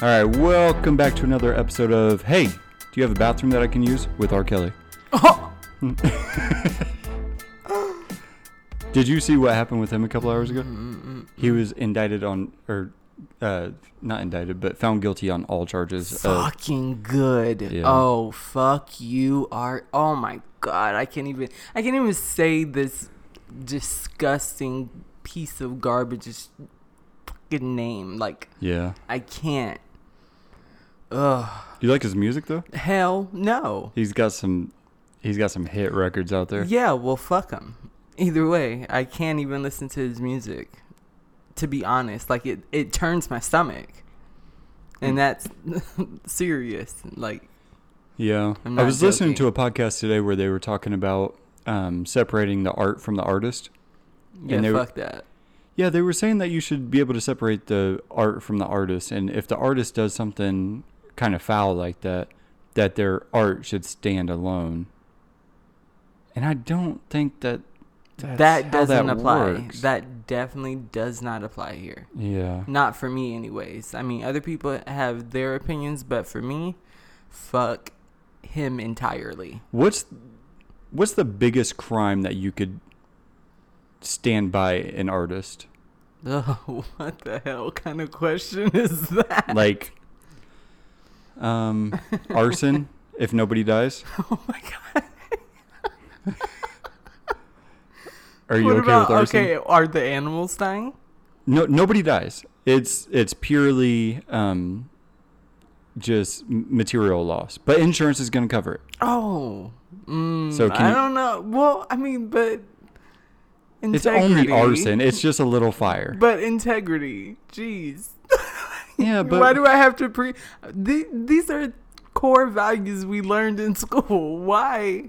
All right, welcome back to another episode of Hey, do you have a bathroom that I can use with R. Kelly? Did you see what happened with him a couple hours ago? Mm, He was indicted on, or uh, not indicted, but found guilty on all charges. Of, fucking good. Yeah. Oh fuck you are oh my god, I can't even I can't even say this disgusting piece of garbage's fucking name. Like yeah. I can't. Ugh. You like his music though? Hell no. He's got some, he's got some hit records out there. Yeah, well fuck him. Either way, I can't even listen to his music. To be honest, like it it turns my stomach. And that's serious. Like Yeah. I'm I not was listening to joking. a podcast today where they were talking about um, separating the art from the artist. yeah, they were- fuck that. Yeah, they were saying that you should be able to separate the art from the artist, and if the artist does something kind of foul like that, that their art should stand alone. And I don't think that that's that how doesn't that apply. works. That definitely does not apply here. yeah, Not for me, anyways. I mean, other people have their opinions, but for me, fuck him entirely. what's what's the biggest crime that you could stand by an artist? Ugh, what the hell kind of question is that? Like, um, arson if nobody dies. Oh my god. Are you what okay about with arson? okay? Are the animals dying? No, nobody dies. It's it's purely um, just m- material loss, but insurance is going to cover it. Oh, mm, So can I you- don't know. Well, I mean, but It's only integrity. arson. It's just a little fire. But integrity, jeez. yeah, but why do I have to pre? The, these are core values we learned in school. Why?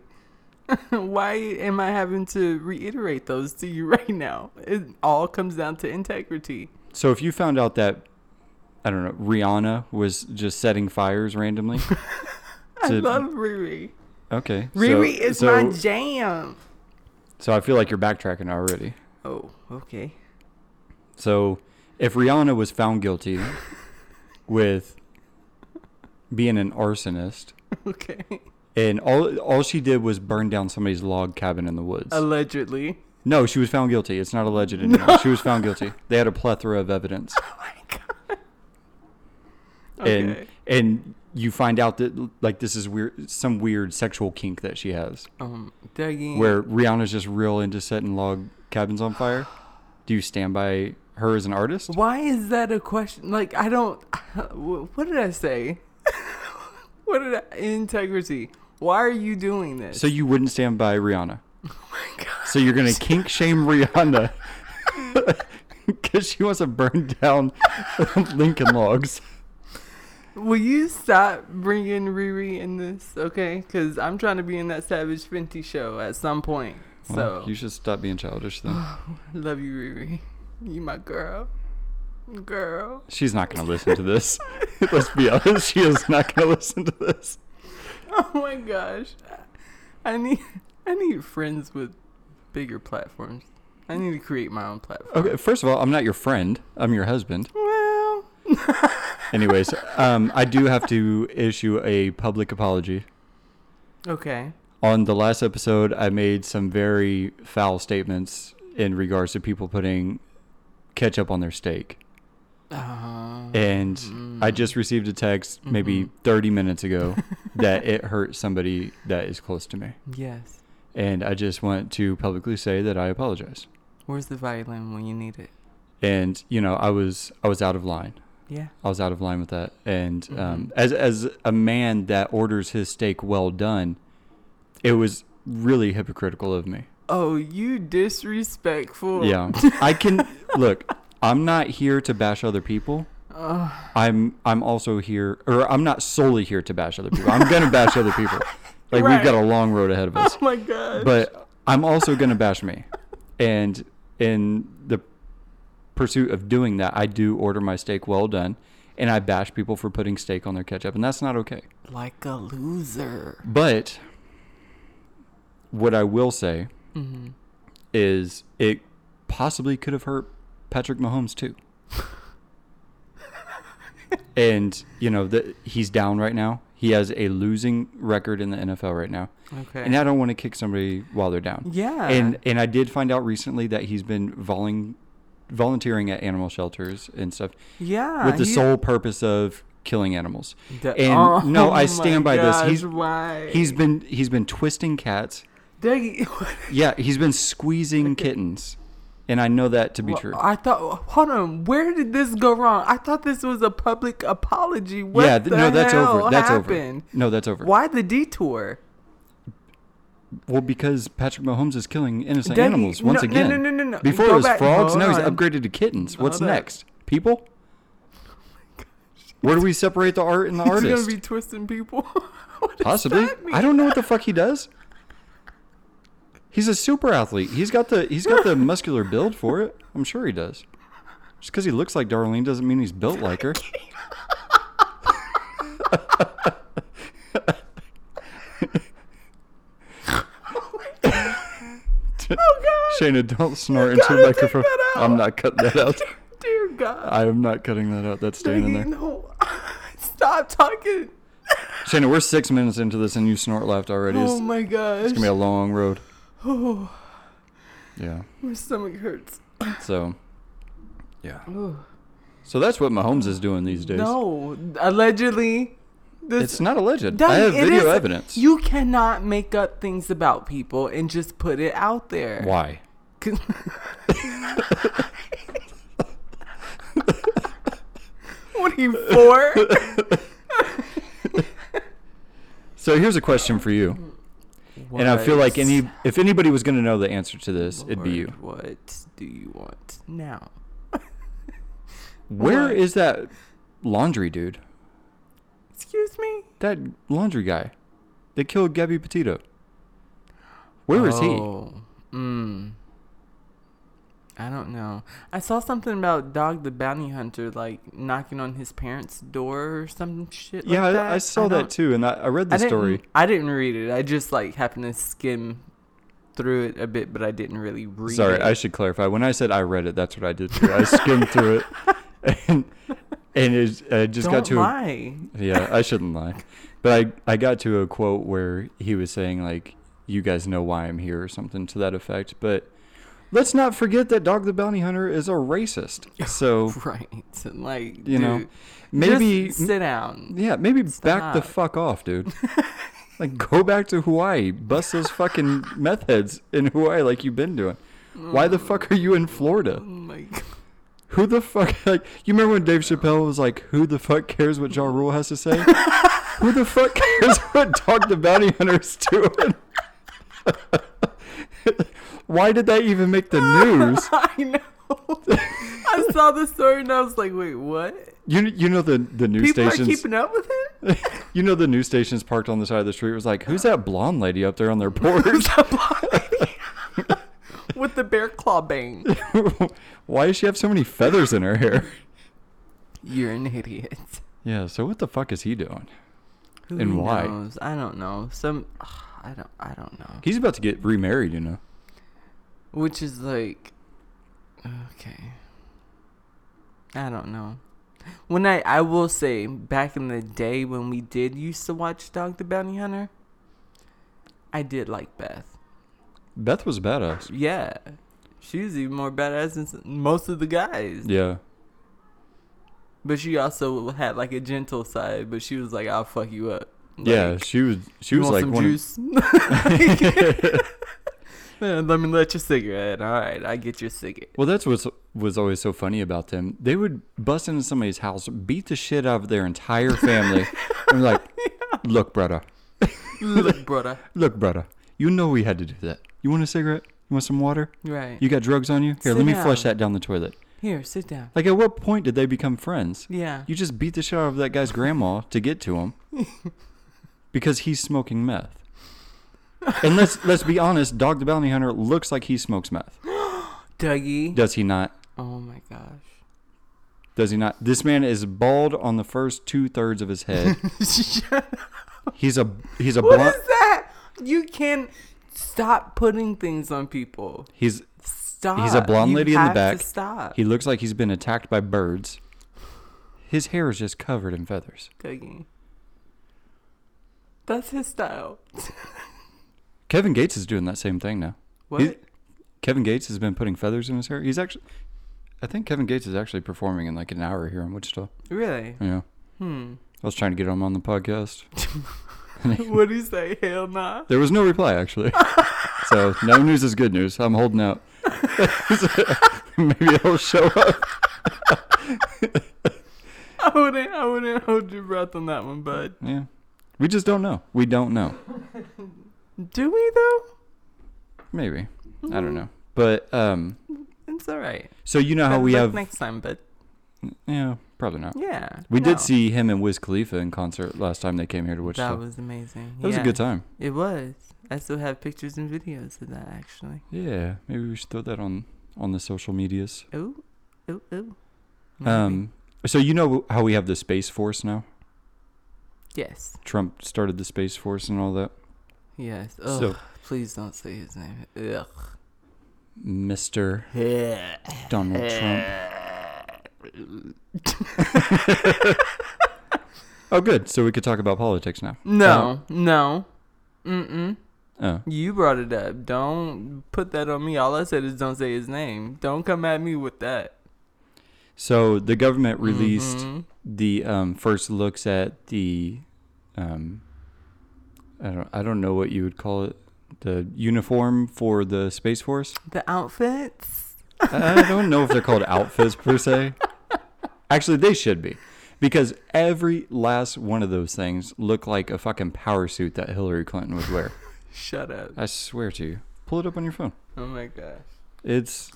why am I having to reiterate those to you right now? It all comes down to integrity. so if you found out that I don't know Rihanna was just setting fires randomly. I to- love Riri. okay, so- Riri is so, my jam. so I feel like you're backtracking already. Oh, okay. So if Rihanna was found guilty with being an arsonist, Okay. and all all she did was burn down somebody's log cabin in the woods. Allegedly. No, she was found guilty. It's not alleged anymore. She was found guilty. They had a plethora of evidence, Oh my god. Okay. and and you find out that like this is weird, some weird sexual kink that she has, um, Dougie. where Rihanna's just real into setting log cabins on fire. Do you stand by her as an artist? Why is that a question? Like, I don't. wh- What did I say? what did I. Integrity. Why are you doing this? So you wouldn't stand by Rihanna. oh my God. So you're gonna kink shame Rihanna because she wants to burn down Lincoln logs. Will you stop bringing Riri in this, okay? Because I'm trying to be in that Savage Fenty show at some point. Well, So, you should stop being childish then. love you, Riri. You my girl. Girl. She's not going to listen to this. Let's be honest. She is not going to listen to this. Oh my gosh. I need. I need friends with bigger platforms. I need to create my own platform. Okay, first of all, I'm not your friend. I'm your husband. Well. Anyways, um, I do have to issue a public apology. Okay. On the last episode, I made some very foul statements in regards to people putting ketchup on their steak. Uh, And I just received a text maybe 30 minutes ago that it hurt somebody that is close to me. yes. And I just want to publicly say that I apologize. Where's the violin when you need it? and you know i was i was out of line Yeah. i was out of line with that and um, as as a man that orders his steak well done it was really hypocritical of me Oh, you disrespectful. Oh yeah i can look i'm not here to bash other people Ugh. i'm i'm also here or i'm not solely here to bash other people i'm gonna bash other people like we've got a long road ahead of us oh my god. but I'm also gonna bash me, and in the pursuit of doing that, I do order my steak well done, and I bash people for putting steak on their ketchup, and that's not okay. like a loser. But what I will say Mm-hmm. is, it possibly could have hurt Patrick Mahomes too. and you know that he's down right now. He has a losing record in the NFL right now, Okay. and I don't want to kick somebody while they're down. yeah. And and I did find out recently that he's been volun- volunteering at animal shelters and stuff yeah. with the Ah, he- sole purpose of killing animals. the- and oh no, I my stand by this. gosh, He's- why? He's been he's been twisting cats. Dougie, Yeah, he's been squeezing kittens, and I know that to be Well, true. I thought, hold on, where did this go wrong? I thought this was a public apology. What yeah, the th- no, that's hell over. That's happened? over. No, that's over. Why the detour? Well, because Patrick Mahomes is killing innocent Dougie, animals once no, no, again. no, no, no, no. Before Go it was back- frogs, hold now he's on. upgraded to kittens. What's Hold on. next? People? Where do we separate the art and the He's artist? gonna be twisting people. What does Possibly. that mean? I don't know what the fuck he does. He's a super athlete. He's got the he's got the muscular build for it. I'm sure he does. Just because he looks like Darlene doesn't mean he's built like her. Oh God! Shayna, don't snort You into the gotta take microphone. that out. I'm not cutting that out. Dear God! I am not cutting that out. That's staying in Dougie, there. no! Stop talking! Shayna, we're six minutes into this and you snort left already. It's Oh my gosh! gonna be a long road. Oh, Yeah. my stomach hurts. So, yeah. Ugh. So that's what Mahomes is doing these days. No, allegedly, this It's not alleged. Doug, I have it video is- evidence. You cannot make up things about people and just put it out there. Why? 'Cause- what are you for? So here's a question for you, and I feel like any if anybody was going to know the answer to this, it'd be Lord, you. What do you want now? Where is that Lord. laundry dude? Excuse me. That laundry guy that killed Gabby Petito. Where is Oh, he? Mm. I don't know. I saw something about Dog the Bounty Hunter like knocking on his parents' door or some shit. he? Yeah, like that. I, I saw that don't- too, and I, I read the I didn't, story. I didn't read it. I just like happened to skim through it a bit, but I didn't really read Sorry, it. I should clarify. When I said I read it, that's what I did too. I skimmed through it, and and it, I just don't got to a lie. Yeah, I shouldn't lie. But I, I got to a quote where he was saying, like, you guys know why I'm here or something to that effect. But let's not forget that Dog the Bounty Hunter is a racist. So Right. And, Like Oh. You know, dude, maybe, just sit down. yeah, maybe back the Stop. fuck off, dude. like, go back to Hawaii. Bust those fucking meth heads in Hawaii like you've been doing. Why the fuck are you in Florida? Oh my God. Who the fuck? Like, you remember when Dave Chappelle was like, "Who the fuck cares what Ja Rule has to say? Who the fuck cares what Dog the Bounty Hunter's doing? Why did that even make the news? I know. I saw the story and I was like, wait, what? You you know the the news People are stations. keeping up with him. you know the news stations parked on the side of the street was like, "Who's that blonde lady up there on their porch? with the bear claw bang. Why does she have so many feathers in her hair?" You're an idiot. Yeah. So what the fuck is he doing? Who And why? knows? I don't know. Some. ugh, I don't. I don't know. He's about to get remarried, you know. Which is like, okay. I don't know. When I I will say back in the day when we did used to watch Dog the Bounty Hunter, I did like Beth. Beth was badass. Yeah, she was even more badass than s- most of the guys. Yeah. But she also had like a gentle side. But she was like, "I'll fuck you up." Like, yeah, she was. She "You was want like some one of- juice. Man, let me let your cigarette. All right, I get your cigarette. Well, that's what was always so funny about them. They would bust into somebody's house, beat the shit out of their entire family, and be like, "Look, brother, Look, brother. look, brother, you know we had to do that. You want a cigarette? You want some water? Right. You got drugs on you? Here, Sit let me flush down. that down the toilet." Here, sit down. Like, at what point did they become friends? Yeah. You just beat the shit out of that guy's grandma to get to him because he's smoking meth. And let's let's be honest, Dog the Bounty Hunter looks like he smokes meth. Dougie. Does he not? oh my gosh. Does he not? This man is bald on the first two thirds of his head. he's a he's a what blonde. is that? You can stop putting things on people. He's Stop. he's a blonde You lady in the have to back. Stop. He looks like he's been attacked by birds. His hair is just covered in feathers. Cooking. That's his style. Kevin Gates is doing that same thing now. what? He's- Kevin Gates has been putting feathers in his hair. He's actually, I think Kevin Gates is actually performing in like an hour here in Wichita. really? Yeah, Hmm. I was trying to get him on the podcast. what do you say? Hell nah. There was no reply actually, so no news is good news. I'm holding out. Maybe he'll show up. I wouldn't. I wouldn't hold your breath on that one, bud. Yeah, we just don't know. We don't know. Do we though? Maybe I Mm-hmm. don't know. But um, It's all right. so you know how Better we luck have next time, but yeah probably not. yeah, We no. did see him and Wiz Khalifa in concert last time they came here to Wichita. That That was, was amazing. a Yeah, good time. It was. I still have pictures and videos of that actually. Yeah, maybe we should throw that on on the social medias. Ooh, ooh, ooh. Maybe. Um, so you know how we have the space force now. Yes. Trump started the space force and all that. Yes. Ugh. So- please don't say his name. Ugh. Mister Donald Trump. Oh, good. So we could talk about politics now. No. No. Mm mm. Oh, You brought it up. Don't put that on me. All I said is don't say his name. Don't come at me with that. so the government released Mhm. the um, first looks at the, um, I don't, I don't know what you would call it, the uniform for the space force. the outfits. I don't know if they're called outfits per se. Actually, they should be. Because every last one of those things look like a fucking power suit that Hillary Clinton would wear. Shut up. I swear to you. Pull it up on your phone. Oh my gosh. It's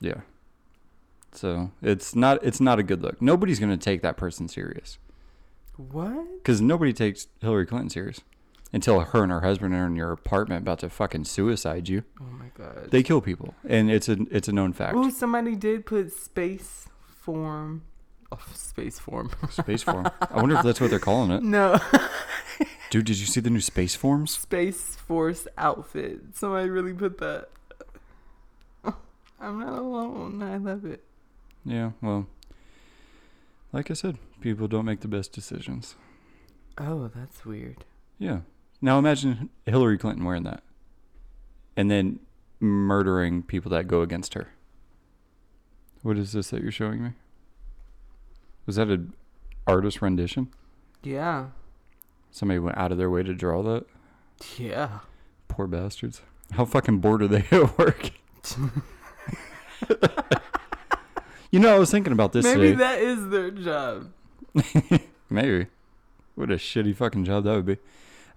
yeah. So, it's not it's not a good look. Nobody's going to take that person serious What? cuz nobody takes Hillary Clinton serious until her and her husband are in your apartment about to fucking suicide you. Oh my gosh. They kill people and it's a it's a known fact. Ooh, somebody did put space form. Oh, space form. Space form. I wonder if that's what they're calling it. no, Dude, did you see the new space forms? space force outfit. Somebody really put that. I'm not alone. I love it. Yeah, well, like I said, people don't make the best decisions. Oh, that's weird. Yeah. Now imagine Hillary Clinton wearing that and then murdering people that go against her. What is this that you're showing me? Was that an artist rendition? Yeah. Somebody went out of their way to draw that? Yeah. Poor bastards. How fucking bored are they at work? you know, I was thinking about this Maybe today. that is their job. Maybe. What a shitty fucking job that would be.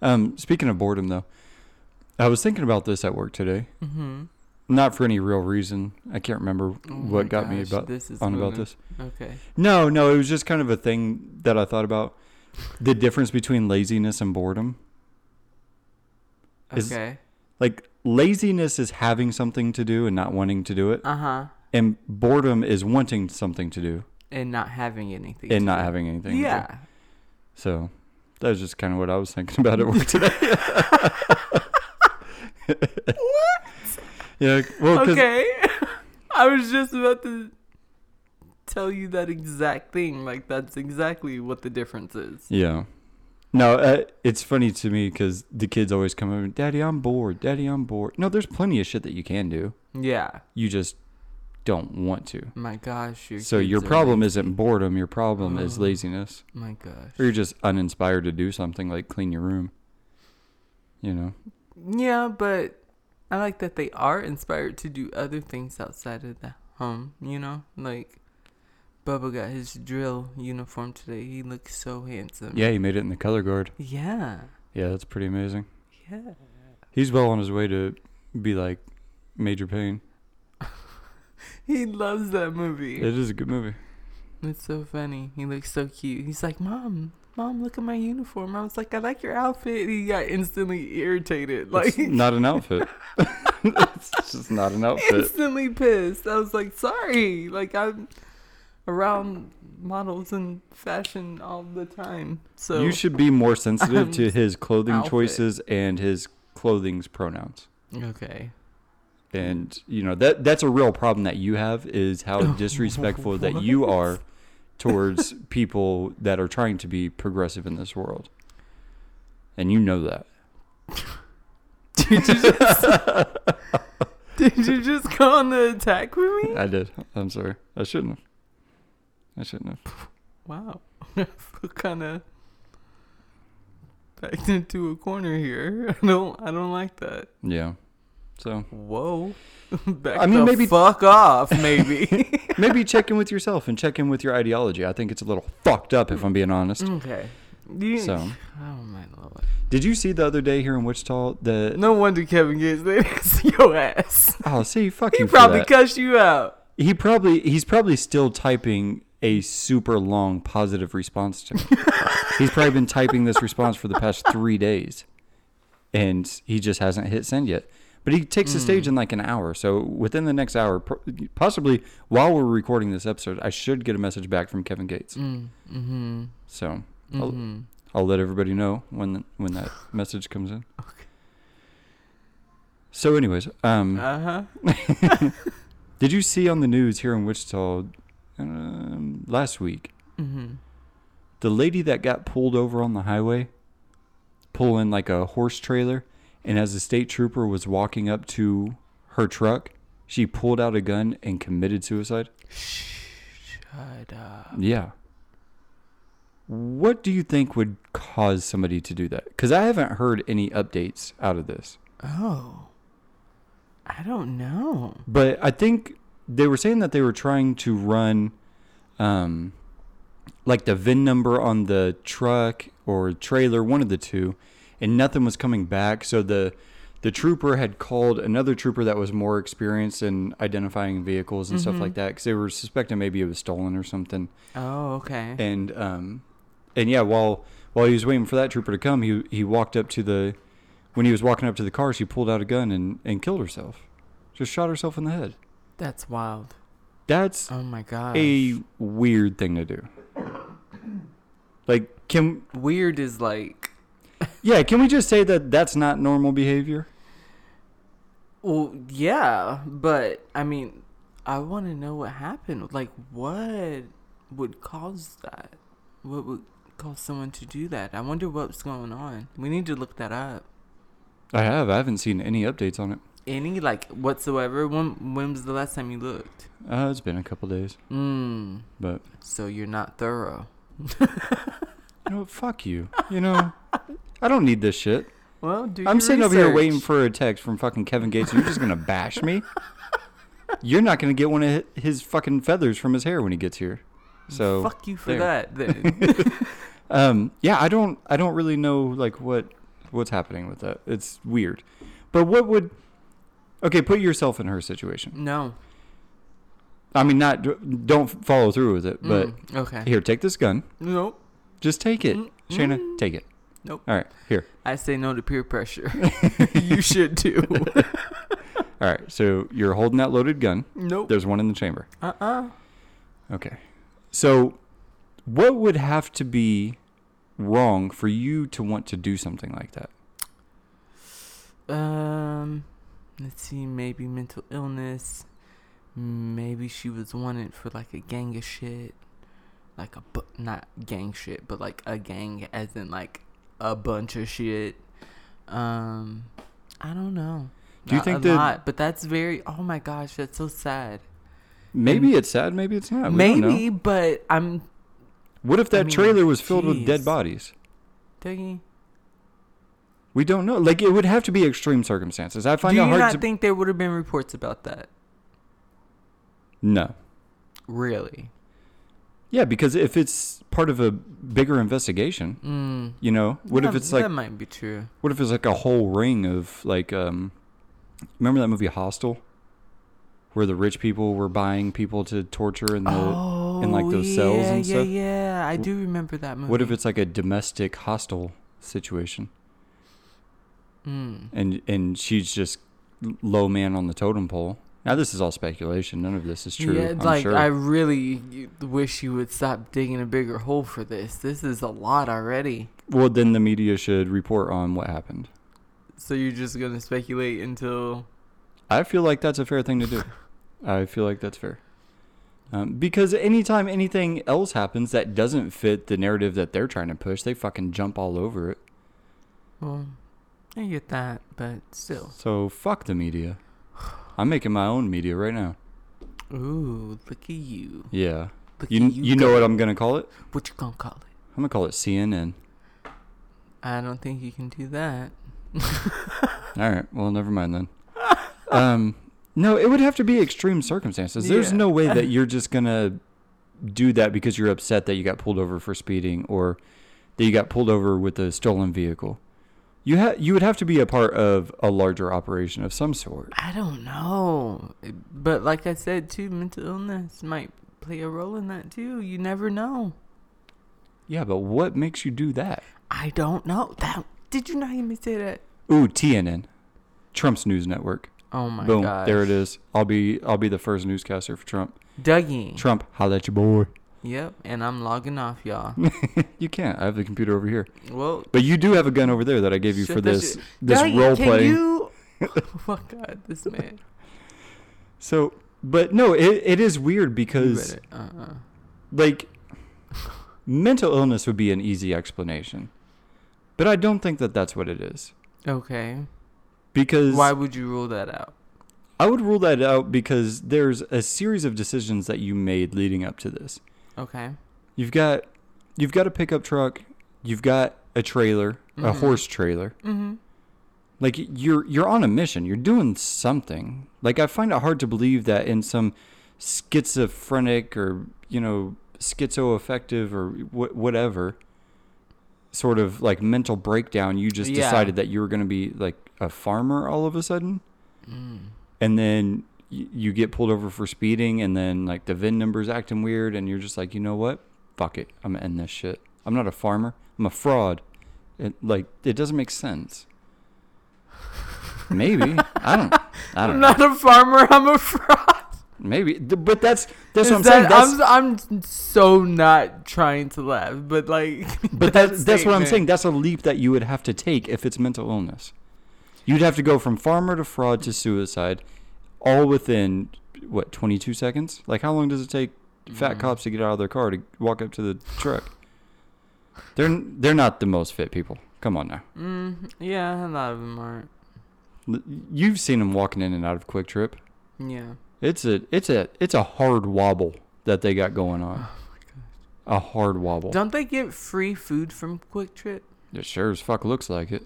Um, speaking of boredom, though, I was thinking about this at work today. Mm-hmm. Not for any real reason. I can't remember what got me about Oh this is on about moving. this. Okay. No, no, it was just kind of a thing that I thought about. The difference between laziness and boredom. Is- Okay. Like laziness is having something to do and not wanting to do it, Uh huh. and boredom is wanting something to do And not having anything. and to not do. having anything. to do. Yeah. So that was just kind of what I was thinking about at work today. yeah. Well, 'cause- Okay. I was just about to tell you that exact thing. Like that's exactly what the difference is. yeah. No, uh, it's funny to me because the kids always come over, Daddy, I'm bored. Daddy, I'm bored. No, there's plenty of shit that you can do. Yeah. You just don't want to. My gosh. Your So your kids are- problem isn't boredom. Your problem is Oh. laziness, My gosh. or you're just uninspired to do something like clean your room. You know. Yeah, but I like that they are inspired to do other things outside of the home. You know, like Bubba got his drill uniform today. He looks so handsome. Yeah, he made it in the color guard. Yeah. Yeah, that's pretty amazing. Yeah. He's well on his way to be like Major Payne. He loves that movie. It is a good movie. It's so funny. He looks so cute. He's like, Mom, Mom, look at my uniform. I was like, I like your outfit. He got instantly irritated, like It's not an outfit. it's just not an outfit. instantly pissed. I was like, Sorry. Like I'm around models and fashion all the time. So you should be more sensitive to his clothing Outfit. choices and his clothing's pronouns. okay. And you know that that's a real problem that you have is how disrespectful that you are towards people that are trying to be progressive in this world. And you know that. Did you just, did you just go on the attack with me? I did. I'm sorry. I shouldn't have. I shouldn't have. Wow. I feel kind of backed into a corner here. I don't. I don't like that. Yeah. So Whoa. Back I mean, the maybe- fuck off. Maybe. maybe check in with yourself and check in with your ideology. I think it's a little fucked up if I'm being honest. okay. You, So, oh my lord. did you see the other day here in Wichita the No wonder Kevin gets that ass your ass. Oh, see, fuck He you. for probably that. cussed you out. He probably he's probably still typing a super long positive response to me. he's probably been typing this response for the past three days, and he just hasn't hit send yet. But he takes the stage in like an hour, so within the next hour, pro- possibly while we're recording this episode, I should get a message back from Kevin Gates. Mm. Mm-hmm. So I'll, I'll let everybody know when when that message comes in. So, anyways, um, Uh huh. Did you see on the news here in Wichita um, last week Mm-hmm. the lady that got pulled over on the highway, pulling like a horse trailer, and as the state trooper was walking up to her truck, she pulled out a gun and committed suicide? Shut up. Yeah. What do you think would cause somebody to do that? Because I haven't heard any updates out of this. Oh. I don't know. But I think they were saying that they were trying to run, um, like the VIN number on the truck or trailer, one of the two, and nothing was coming back. So the the trooper had called another trooper that was more experienced in identifying vehicles and stuff like that because they were suspecting maybe it was stolen or something Oh, okay. and um, and yeah, while while he was waiting for that trooper to come, he he walked up to the when he was walking up to the car, she pulled out a gun and and killed herself, just shot herself in the head. That's wild. That's Oh my god. a weird thing to do. Like, can Weird is like, yeah, can we just say that that's not normal behavior? well, yeah, but I mean, I want to know what happened. Like, what would cause that? What would cause someone to do that? I wonder what's going on. We need to look that up. I have, I haven't seen any updates on it. Any like whatsoever? When when was the last time you looked? Uh, it's been a couple days, Mm. but So you're not thorough. you know, fuck you. You know, I don't need this shit. Well, do I'm your sitting over here research. waiting for a text from fucking Kevin Gates. and You're just gonna bash me. You're not gonna get one of hi- his fucking feathers from his hair when he gets here. So, Fuck you for there. that. Then. um, yeah, I don't, I don't really know like what, what's happening with that. It's weird. But what would? Okay, put yourself in her situation. no. I mean, not don't follow through with it, but Mm, okay. here, take this gun. Nope. Just take it, Mm, Shayna. Take it. Nope. All right, here. I say no to peer pressure. you should too. All right. So you're holding that loaded gun. nope. There's one in the chamber. Uh uh Okay. So, what would have to be wrong for you to want to do something like that? Um, let's see. Maybe mental illness. Maybe she was wanted for like a gang of shit, like a bu- not gang shit, but like a gang as in like a bunch of shit. Um, I don't know. Do you Not think a that- lot, but that's very. Oh my gosh, that's so sad. Maybe it's sad. Maybe it's not. We don't know. Mm. Maybe, but I'm What if that I mean, trailer was filled with dead jeez. bodies? thinking. We don't know. Like it would have to be extreme circumstances. I find Do it you hard not to. think there would have been reports about that? no. Really? Yeah, because if it's part of a bigger investigation, Mm. you know, what if That- it's like, that might be true? what if it's like a whole ring of like, um, remember that movie Hostel, where the rich people were buying people to torture and the oh, in, like, those cells yeah, and yeah, stuff? Yeah, I do remember that movie. What if it's like a domestic hostile situation, Mm. and and she's just low man on the totem pole? Now this is all speculation. None of this is true. Yeah, I'm like sure. I really wish you would stop digging a bigger hole for this. This is a lot already. well, then the media should report on what happened. So you're just gonna speculate until I feel like that's a fair thing to do. I feel like that's fair. Um, because anytime anything else happens that doesn't fit the narrative that they're trying to push, they fucking jump all over it. Well, I get that, but still. So fuck the media. I'm making my own media right now. Ooh, look at you. Yeah. Look You, at you, know go. what I'm going to call it? What you gonna call it? I'm going to call it CNN. I don't think you can do that. All right. Well, never mind then. Um, no, it would have to be extreme circumstances. There's Yeah. no way that you're just going to do that because you're upset that you got pulled over for speeding or that you got pulled over with a stolen vehicle. You ha- you would have to be a part of a larger operation of some sort. I don't know. But like I said, too, mental illness might play a role in that too. You never know. Yeah, but what makes you do that? I don't know. That did you not hear me say that? Ooh, TNN, Trump's news network. Oh my Boom, god. there it is. I'll be I'll be the first newscaster for Trump. Dougie. Trump, holla at your boy. Yep, and I'm logging off, y'all. You can't. I have the computer over here, well, but you do have a gun over there that I gave you shut for that this shit- this Dougie, role can playing. You... oh my god, this man. So, but no, it, it is weird You because better, uh-uh. like mental illness would be an easy explanation, but I don't think that that's what it is Okay. because Why would you rule that out? I would rule that out because there's a series of decisions that you made leading up to this. Okay. You've got you've got a pickup truck, you've got a trailer, a Mhm. horse trailer. Mm-hmm. Like you're you're on a mission. You're doing something. Like I find it hard to believe that in some schizophrenic or you know schizoaffective or wh- whatever sort of like mental breakdown, you just Yeah. decided that you were going to be like a farmer all of a sudden, and then y- you get pulled over for speeding, and then like the VIN number's acting weird, and you're just like, you know what? Fuck it. I'm gonna end this shit. I'm not a farmer. I'm a fraud. It, like it doesn't make sense. Maybe I don't. I don't I'm know. not a farmer. I'm a fraud. Maybe, th- but that's that's what I'm Is saying. that- That's, I'm, I'm so not trying to laugh, but like. But that's that's what I'm statement- saying. That's a leap that you would have to take if it's mental illness. You'd have to go from farmer to fraud to suicide, all within what 22 seconds. Like how long does it take mm, Mm-hmm. fat cops to get out of their car to walk up to the truck? They're they're not the most fit people. Come on now. Mm, yeah, a lot of them aren't. L- You've seen them walking in and out of Quick Trip. Yeah. It's a it's a it's a hard wobble that they got going on. A hard wobble. Oh Don't they get free food from Quick Trip? It sure as fuck looks like it.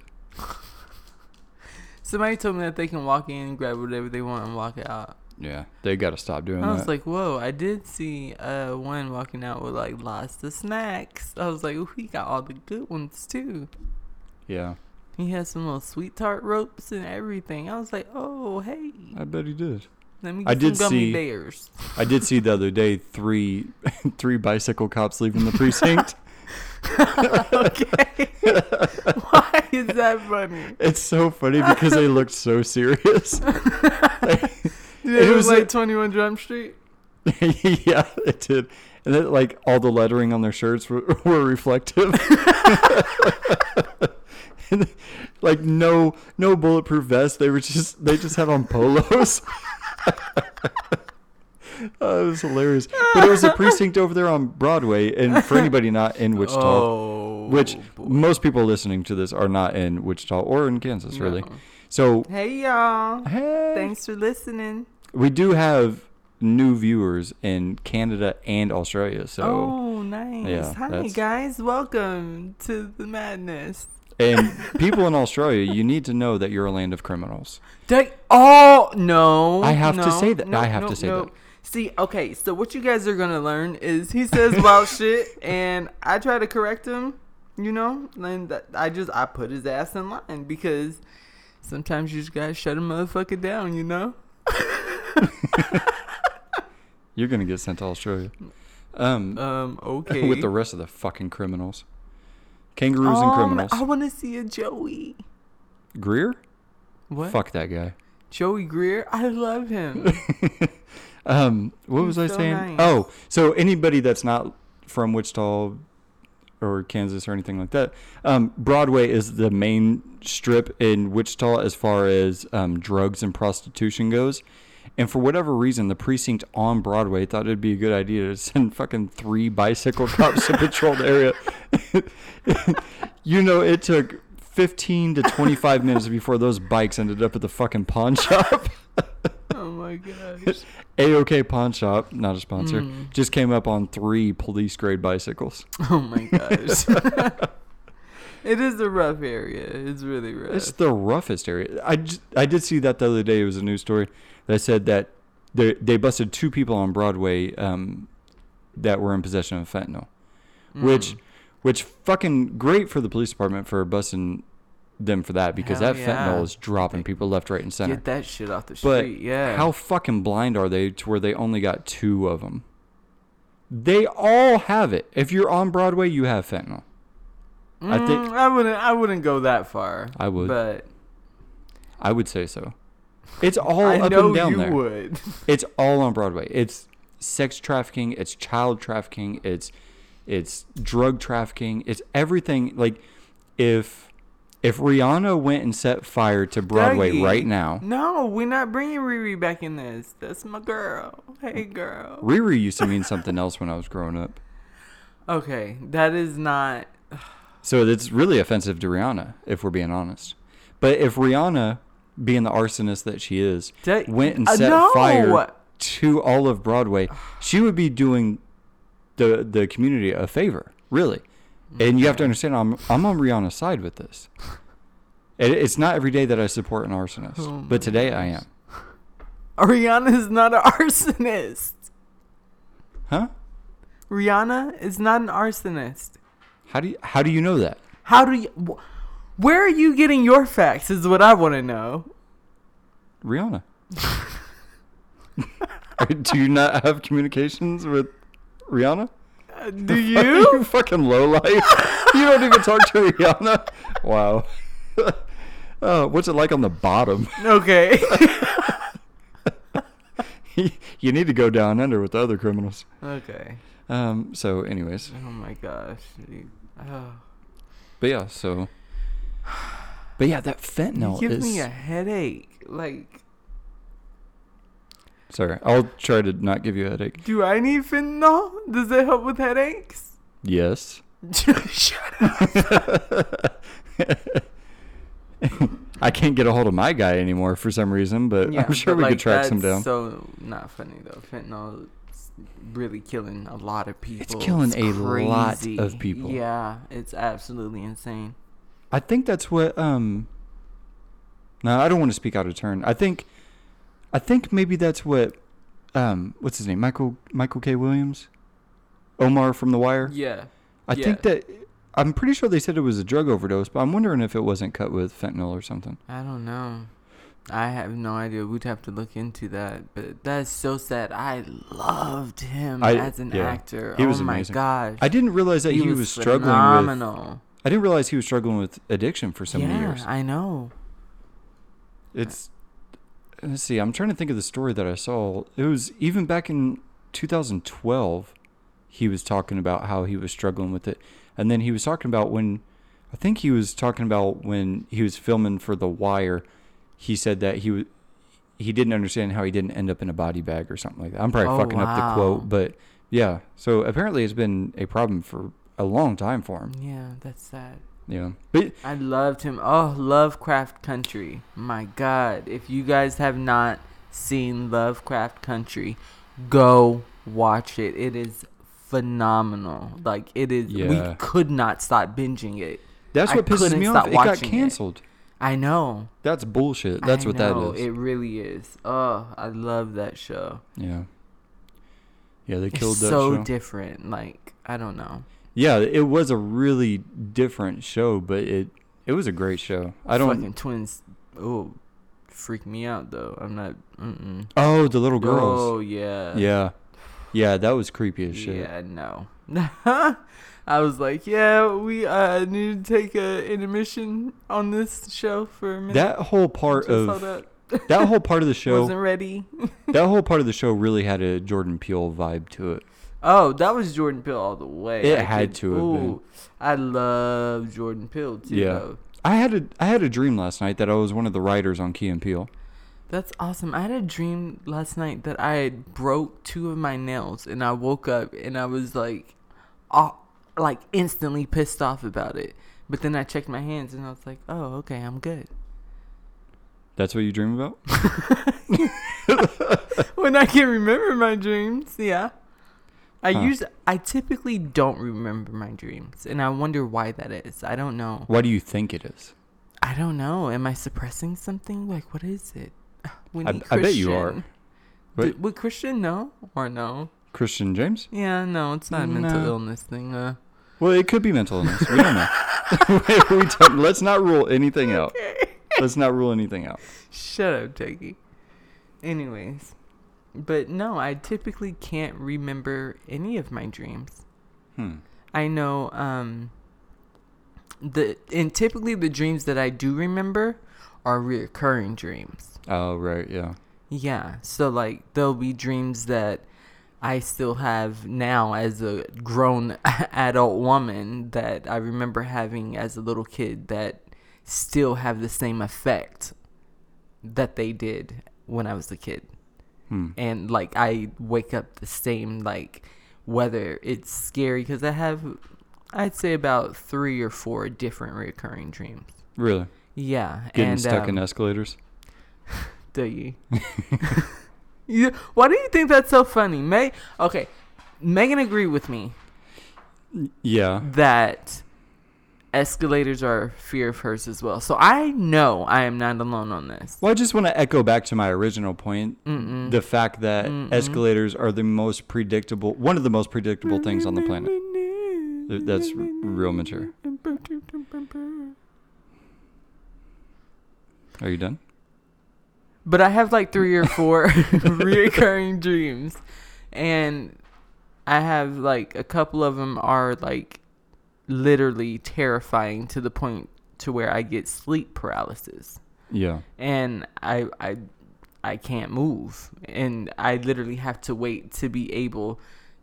Somebody told me that they can walk in, grab whatever they want, and walk out. Yeah, they got to stop doing I that. was like, whoa, I did see uh, one walking out with like lots of snacks. I was like, ooh, he got all the good ones too. yeah. He had some little sweet tart ropes and everything. I was like, oh, hey, I bet he did. let me I get did some gummy see- bears. I did see the other day three three bicycle cops leaving the precinct. okay. Why is that funny? it's so funny because they looked so serious. Did it, It was was like a- 21 Drum Street? yeah, it did. And then like all the lettering on their shirts were, were reflective. And, like no no bulletproof vest. They were just they just had on polos. oh, it was hilarious. But it was a precinct over there on Broadway, and for anybody not in Wichita. Oh, which boy. most people listening to this are not in Wichita or in Kansas, really. No. So, Hey, y'all. hey, Thanks for listening. we do have new viewers in Canada and Australia. So, oh, nice. yeah, Hi, that's- guys. Welcome to the madness. and people in Australia, you need to know that you're a land of criminals. Dang- oh, no. I have to no, say that. no, I have no, to say no. that. See, okay, so what you guys are going to learn is he says wild shit, and I try to correct him, you know? And that, I just, I put his ass in line because sometimes you just got to shut a motherfucker down, you know? You're gonna get sent to Australia, um, Um, okay. with the rest of the fucking criminals, kangaroos and Um, criminals. I want to see a Joey. Greer, What? fuck that guy. Joey Greer? I love him. Um, what was He's I so saying? nice. Oh, so anybody that's not from Wichita or Kansas or anything like that, um, Broadway is the main strip in Wichita as far as um, drugs and prostitution goes, And for whatever reason, the precinct on Broadway thought it'd be a good idea to send fucking three bicycle cops to patrol the area. you know, it took 15 to 25 minutes before those bikes ended up at the fucking pawn shop. Oh my gosh. AOK Pawn Shop, not a sponsor, Hmm. just came up on three police grade bicycles. Oh my gosh. it is a rough area. It's really rough. It's the roughest area. I, j- I did see that the other day. It was a news story that said that they they busted two people on Broadway um, that were in possession of fentanyl, Hmm. which which fucking great for the police department for busting them for that because Hell that yeah. fentanyl is dropping people left, right, and center. Get that shit off the But street. yeah. how fucking blind are they to where they only got two of them? They all have it. If you're on Broadway, you have fentanyl. I think Mm, I wouldn't I wouldn't go that far. I would. But I would say so. It's all I up know and down you there. would. It's all on Broadway. It's sex trafficking, it's child trafficking, it's it's drug trafficking, it's everything like if if Rihanna went and set fire to Broadway Dougie. right now, No, we're not bringing Riri back in this. That's my girl. Hey girl. Riri used to mean something else when I was growing up. Okay, that is not So it's really offensive to Rihanna, if we're being honest. But if Rihanna, being the arsonist that she is, That- went and uh, set no! fire to all of Broadway, she would be doing the the community a favor, really. And you have to understand, I'm I'm on Rihanna's side with this. It, it's not every day that I support an arsonist, Oh my but today I am. Rihanna is not an arsonist. Huh? Rihanna is not an arsonist. How do you how do you know that? How do you wh- Where are you getting your facts is what I want to know. Rihanna. do you not have communications with Rihanna? Uh, Do you? fucking low life. You don't even talk to Rihanna. Wow. Uh, what's it like on the bottom? okay. you need to go down under with the other criminals. okay. Um, so, anyways, Oh my gosh. You- Oh. but yeah, so, but yeah, that You fentanyl give is. me a headache. Like, Sorry, I'll try to not give you a headache. do I need fentanyl? Does it help with headaches? Yes. Shut up. I can't get a hold of my guy anymore for some reason, but I'm sure but, we like, could track some that's down. So not funny though. Fentanyl's really killing a lot of people. killing a lot of crazy. people. Yeah, it's absolutely insane. I think that's what um No, I don't want to speak out of turn. I think I think maybe that's what um what's his name? Michael Michael K. Williams? Omar from The Wire? Yeah. I yeah. think that I'm pretty sure they said it was a drug overdose, but I'm wondering if it wasn't cut with fentanyl or something. I don't know. I have no idea. We'd have to look into that. But that's so sad. I loved him I- as an yeah. actor. He oh was my amazing. gosh. I didn't realize that he, was, struggling with phenomenal. I didn't realize he was struggling with addiction for so yeah, many years. I know. It's let's see. I'm trying to think of the story that I saw. It was even back in 2012. He was talking about how he was struggling with it, and then he was talking about when I think he was talking about when he was filming for The Wire. He said that he was he didn't understand how he didn't end up in a body bag or something like that. I'm probably Oh, fucking up the wow. quote, but yeah. So apparently, it's been a problem for a long time for him. Yeah, that's sad. Yeah, but I loved him. Oh, Lovecraft Country. My God. If you guys have not seen Lovecraft Country, go watch it. It is phenomenal. Like, it is. Yeah. We could not stop binging it. that's I what pisses couldn't me off. stop It got watching it. canceled. I know. That's bullshit. That's I what know, that is. It really is. Oh, I love that show. Yeah. Yeah, they It's killed that so show. different. Like, I don't know. yeah, it was a really different show, but it it was a great show. I don't. Fucking twins. Oh, freak me out, though. I'm not. Mm-mm. Oh, the little girls. Oh, yeah. Yeah, yeah, that was creepy as shit. Yeah, no. I was like, yeah, we uh, need to take a intermission on this show for a minute. That whole part Just of thought that. that whole part of the wasn't show, ready. that whole part of the show really had a Jordan Peele vibe to it. Oh, that was Jordan Peele all the way. It had to have been. ooh, I love Jordan Peele too. Yeah. Though. I had a I had a dream last night that I was one of the writers on Key and Peele. That's awesome. I had a dream last night that I had broke two of my nails, and I woke up and I was like, all, like instantly pissed off about it. But then I checked my hands and I was like, oh, okay, I'm good. That's what you dream about? when I can remember my dreams, yeah. I Huh. use I typically don't remember my dreams, and I wonder why that is. I don't know. Why do you think it is? I don't know. Am I suppressing something? Like, what is it? We I- need I bet you are. Christian. What? Did- would Christian know or no? Christian James? Yeah, no, it's not a mental No. illness thing. Uh, Well, it could be mental illness. We don't know. we don't, let's not rule anything out. Let's not rule anything out. shut up, Jakey. Anyways, but no, I typically can't remember any of my dreams. Hmm. I know um the and typically the dreams that I do remember are reoccurring dreams. Oh, right. Yeah. Yeah. So like there'll be dreams that I still have now as a grown adult woman that I remember having as a little kid that still have the same effect that they did when I was a kid Hmm. and like I wake up the same like whether it's scary because I have I'd say about three or four different recurring dreams. Really? Yeah, Getting and stuck um, in escalators? Do you? you? Why do you think that's so funny? May okay, Megan agreed with me Yeah. that escalators are a fear of hers as well. So I know I am not alone on this. Well, I just want to echo back to my original point Mm-mm. the fact that Mm-mm. escalators are the most predictable, one of the most predictable things on the Mm-hmm. planet. Th- That's r- real mature. Are you done? But I have like three or four reoccurring dreams, and I have like a couple of them are like literally terrifying to the point to where I get sleep paralysis, Yeah. and I I I can't move, and I literally have to wait to be able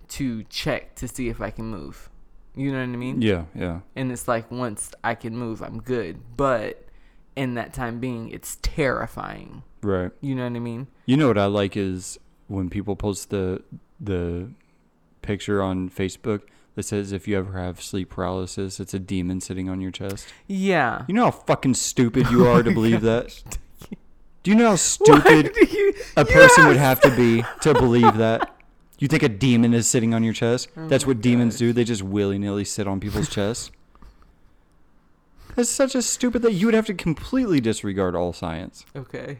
to check to see if I can move. You know what I mean? Yeah. Yeah. and it's like once I can move, I'm good. But in that time being, it's terrifying. Right. You know what I mean? You know what I like is when people post the the picture on Facebook that says if you ever have sleep paralysis, it's a demon sitting on your chest. Yeah. You know how fucking stupid you Oh are to believe that. Do you know how Why stupid do you- a you person would have- have to be to believe that? You think a demon is sitting on your chest? Oh That's my what demons gosh. do. They just willy nilly sit on people's chests. That's such a stupid that you would have to completely disregard all science. Okay.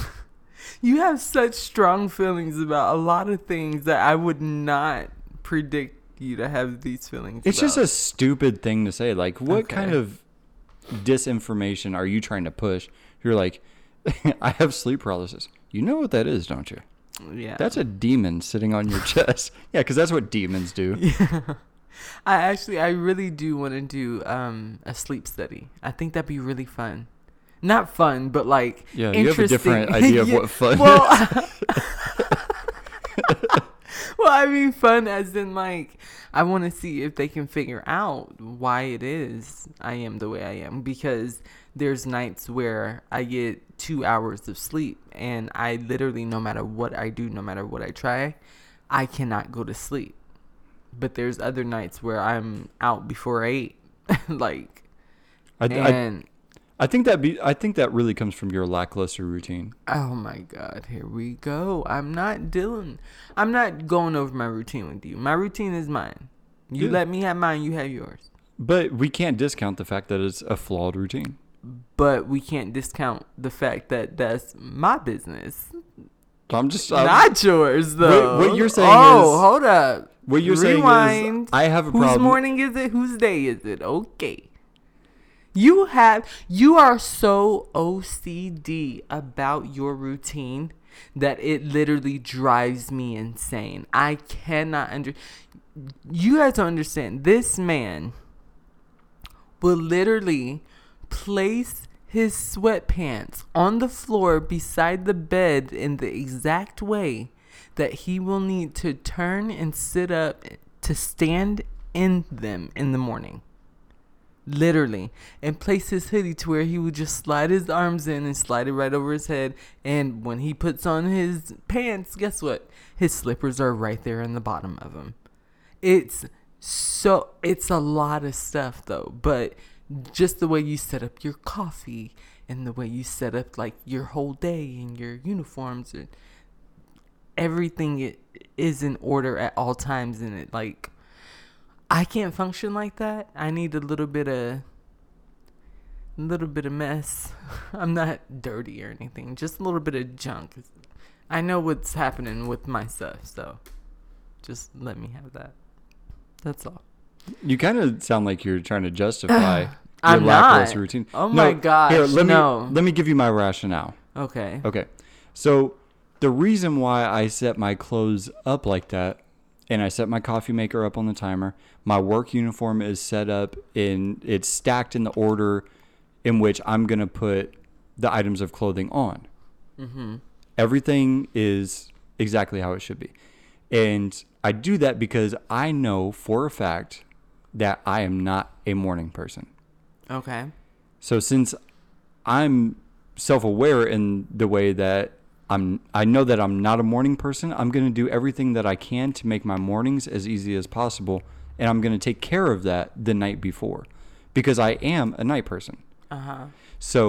you have such strong feelings about a lot of things that I would not predict you to have these feelings. It's just about. a stupid thing to say. Like, what Okay. kind of disinformation are you trying to push? You're like, I have sleep paralysis. You know what that is, don't you? yeah. That's a demon sitting on your chest. Yeah, because that's what demons do. Yeah. I actually, I really do want to do um, a sleep study. I think that'd be really fun. Not fun, but like Yeah, you have a interesting. different idea of Yeah. what fun is. Well, well, I mean fun as in like I want to see if they can figure out why it is I am the way I am because there's nights where I get two hours of sleep and I literally no matter what I do, no matter what I try, I cannot go to sleep. But there's other nights where I'm out before eight, like I, I, and I think that be I think that really comes from your lackluster routine. Oh my god, here we go. I'm not dealing. I'm not going over my routine with you. My routine is mine. You Yeah. let me have mine, you have yours. But we can't discount the fact that it's a flawed routine. But we can't discount the fact that that's my business. I'm just I'm- not yours though. Um, what you're saying Oh, is- hold up. what you're saying is Rewind. I have a Whose problem. morning is it? Whose day is it? Okay. You have you are so OCD about your routine that it literally drives me insane. I cannot under you guys don't understand. This man will literally place his sweatpants on the floor beside the bed in the exact way that he will need to turn and sit up to stand in them in the morning. literally, and placed his hoodie to where he would just slide his arms in and slide it right over his head. And when he puts on his pants, guess what? His slippers are right there in the bottom of them. It's so, it's a lot of stuff though, but just the way you set up your coffee and the way you set up like your whole day and your uniforms and everything i- is in order at all times in it like i can't function like that i need a little bit of little bit of mess i'm not dirty or anything just a little bit of junk i know what's happening with my stuff so just let me have that that's all You kind of sound like you're trying to justify your I'm lackluster not. routine. Oh my gosh, Here, let no. me let me give you my rationale. okay Okay. So the reason why I set my clothes up like that and I set my coffee maker up on the timer, my work uniform is set up in it's stacked in the order in which I'm going to put the items of clothing on. Everything is exactly how it should be. And I do that because I know for a fact that I am not a morning person. okay So since I'm self-aware in the way that I'm I know that I'm not a morning person, I'm going to do everything that I can to make my mornings as easy as possible and I'm going to take care of that the night before because I am a night person. uh-huh So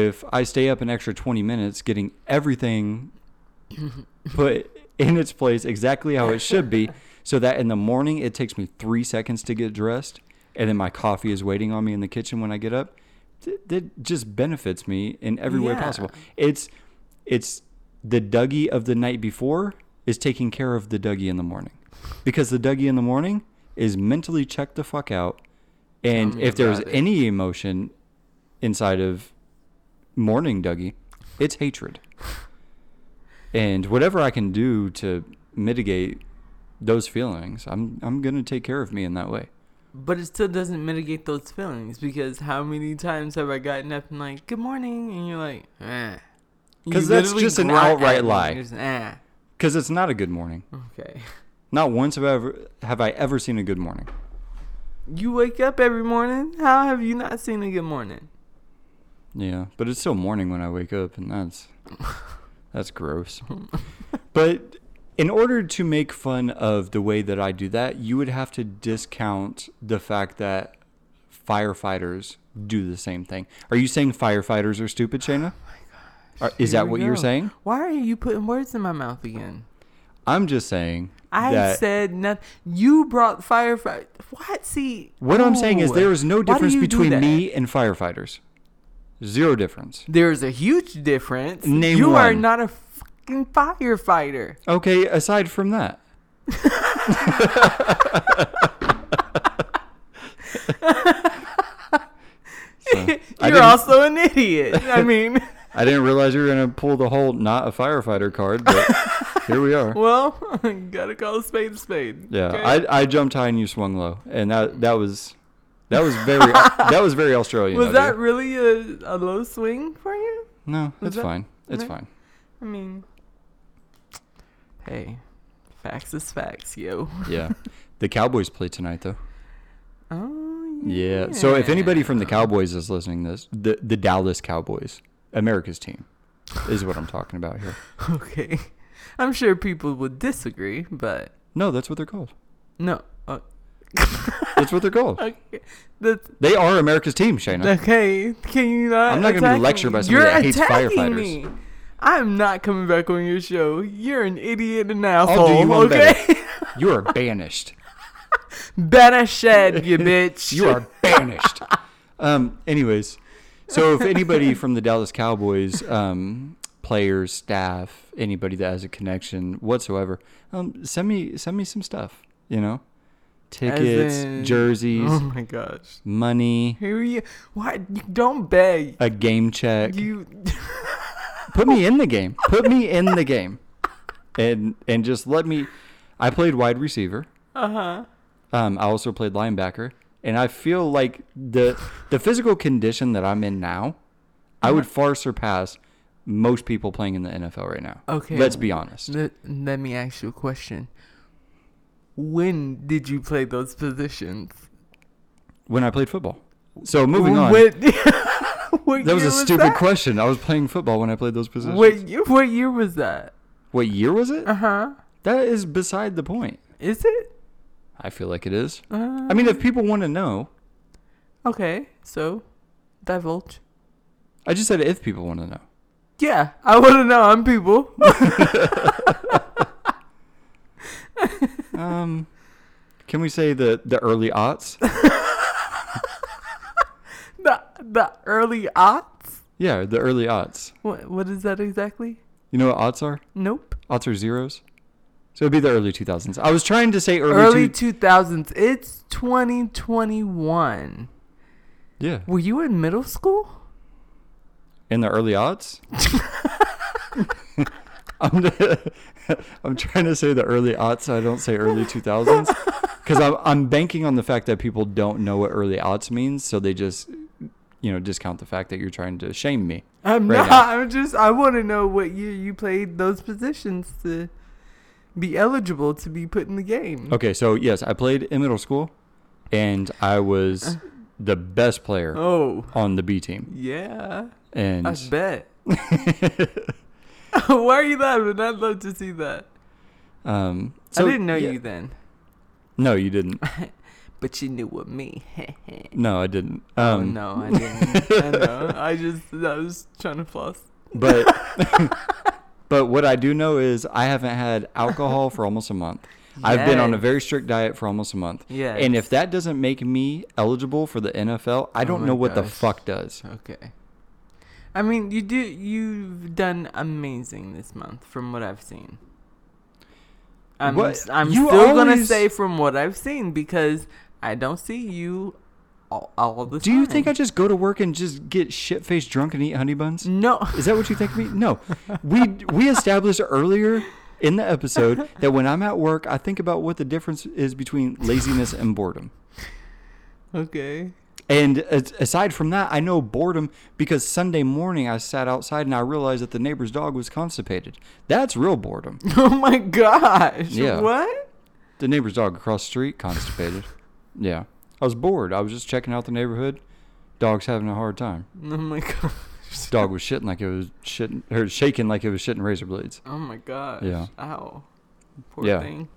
if I stay up an extra 20 minutes getting everything put in its place exactly how it should be, so that in the morning it takes me three seconds to get dressed, and then my coffee is waiting on me in the kitchen when I get up, th- that just benefits me in every way Yeah. possible. It's it's the Dougie of the night before is taking care of the Dougie in the morning. Because the Dougie in the morning is mentally checked the fuck out. And me if there's about it. any emotion inside of morning Dougie, it's hatred. And whatever I can do to mitigate those feelings, I'm I'm gonna take care of me in that way. But it still doesn't mitigate those feelings because how many times have I gotten up and like, good morning, and you're like, eh. You 'Cause that's literally just an grunt outright at me, lie. you're just, eh. Cause it's not a good morning. Okay. Not once have I ever have I ever seen a good morning. You wake up every morning. How have you not seen a good morning? Yeah, but it's still morning when I wake up, and that's that's gross. but in order to make fun of the way that I do that, you would have to discount the fact that firefighters do the same thing. Are you saying firefighters are stupid, Shayna? Are- Is that Oh Here we what you're go. saying? Why are you putting words in my mouth again? I'm just saying. I that said nothing. You brought firefight. What? See. what I'm saying is no. there is no Why do difference you do between that? me and firefighters. Zero difference. There's a huge difference. Name you are one. not a fucking firefighter. Okay, aside from that. So, I, You're didn't, also an idiot. I mean, I didn't realize you were going to pull the whole not a firefighter card, but here we are. well, gotta call a spade a spade. Yeah, okay? I, I jumped high and you swung low, and that that was that was very that was very Australian. was of that you. really a, a low swing for you? no? was It's that- fine. It's no? fine. I mean, hey, facts is facts, yo. Yeah, the Cowboys play tonight though. Oh yeah. Yeah. So if anybody from the Cowboys is listening to this, the the Dallas Cowboys, America's team, is what I'm talking about here. okay, I'm sure people would disagree, but No, that's what they're called. no. Uh, That's what they're called. okay, that's They are America's team, Shayna. okay. Can you not? I'm not gonna be attack me? lectured by somebody You're that hates attacking firefighters. Me. I'm not coming back on your show. You're an idiot and asshole. one better. okay. You are banished. Better shed, you bitch. You are banished. Um. Anyways, so if anybody from the Dallas Cowboys, um, players, staff, anybody that has a connection whatsoever, um, send me send me some stuff. You know, tickets, in- Oh jerseys, my gosh. money, Here you. Why you don't beg? a game check. You. Put me in the game. Put me in the game. And and just let me I played wide receiver. Uh huh. Um I also played linebacker and I feel like the the physical condition that I'm in now I Uh-huh. would far surpass most people playing in the NFL right now. Okay. Let's be honest. Let, let me ask you a question. When did you play those positions? when I played football. So moving on. What, what that was year a stupid that? question. I was playing football when I played those positions. What year, what year was that? What year was it? Uh huh. That is beside the point. Is it? I feel like it is. Uh, I mean, if people want to know, okay. So, divulge. I just said if people want to know. Yeah, I want to know. I'm people. Um, can we say the the early aughts? the the early aughts. yeah, the early aughts. What what is that exactly? You know what aughts are? Nope. Aughts are zeros. So it'd be the early 2000s. I was trying to say early. Early two- two thousands. It's twenty twenty one. yeah. Were you in middle school? In the early aughts? I'm, I'm trying to say the early aughts so I don't say early 2000s because I'm, I'm banking on the fact that people don't know what early aughts means. So they just, you know, discount the fact that you're trying to shame me. I'm Right not. now. I'm just. I want to know what year you played those positions to be eligible to be put in the game. Okay. So, yes, I played in middle school and I was the best player Uh. Oh on the B team. yeah, I And bet. Why are you laughing? I'd love to see that. um, so, I didn't know yeah. you then, No, you didn't. but you knew of me. No, I didn't. Um, oh no, I didn't. I know. I just I was trying to floss. but but what I do know is I haven't had alcohol for almost a month. I've been on a Yes. very strict diet for almost a month. Yes. And if that doesn't make me eligible for the NFL, I Oh don't my know what the gosh. fuck does. Okay. I mean, you do. You've done amazing this month, from what I've seen. I'm What? I'm You still gonna always- say from what I've seen because I don't see you all, all the Do time. you think I just go to work and just get shit faced drunk and eat honey buns? No. Is that what you think of me? No. We we established earlier in the episode that when I'm at work, I think about what the difference is between laziness and boredom. Okay. And as- aside from that, I know boredom because Sunday morning I sat outside and I realized that the neighbor's dog was constipated. That's real boredom. Oh my gosh. Yeah. What? The neighbor's dog across the street constipated. Yeah. I was bored. I was just checking out the neighborhood. Dog's having a hard time. Oh my gosh. Dog was shitting like it was shitting or shaking like it was shitting razor blades. Oh my gosh. Yeah. Ow. Poor Yeah. thing.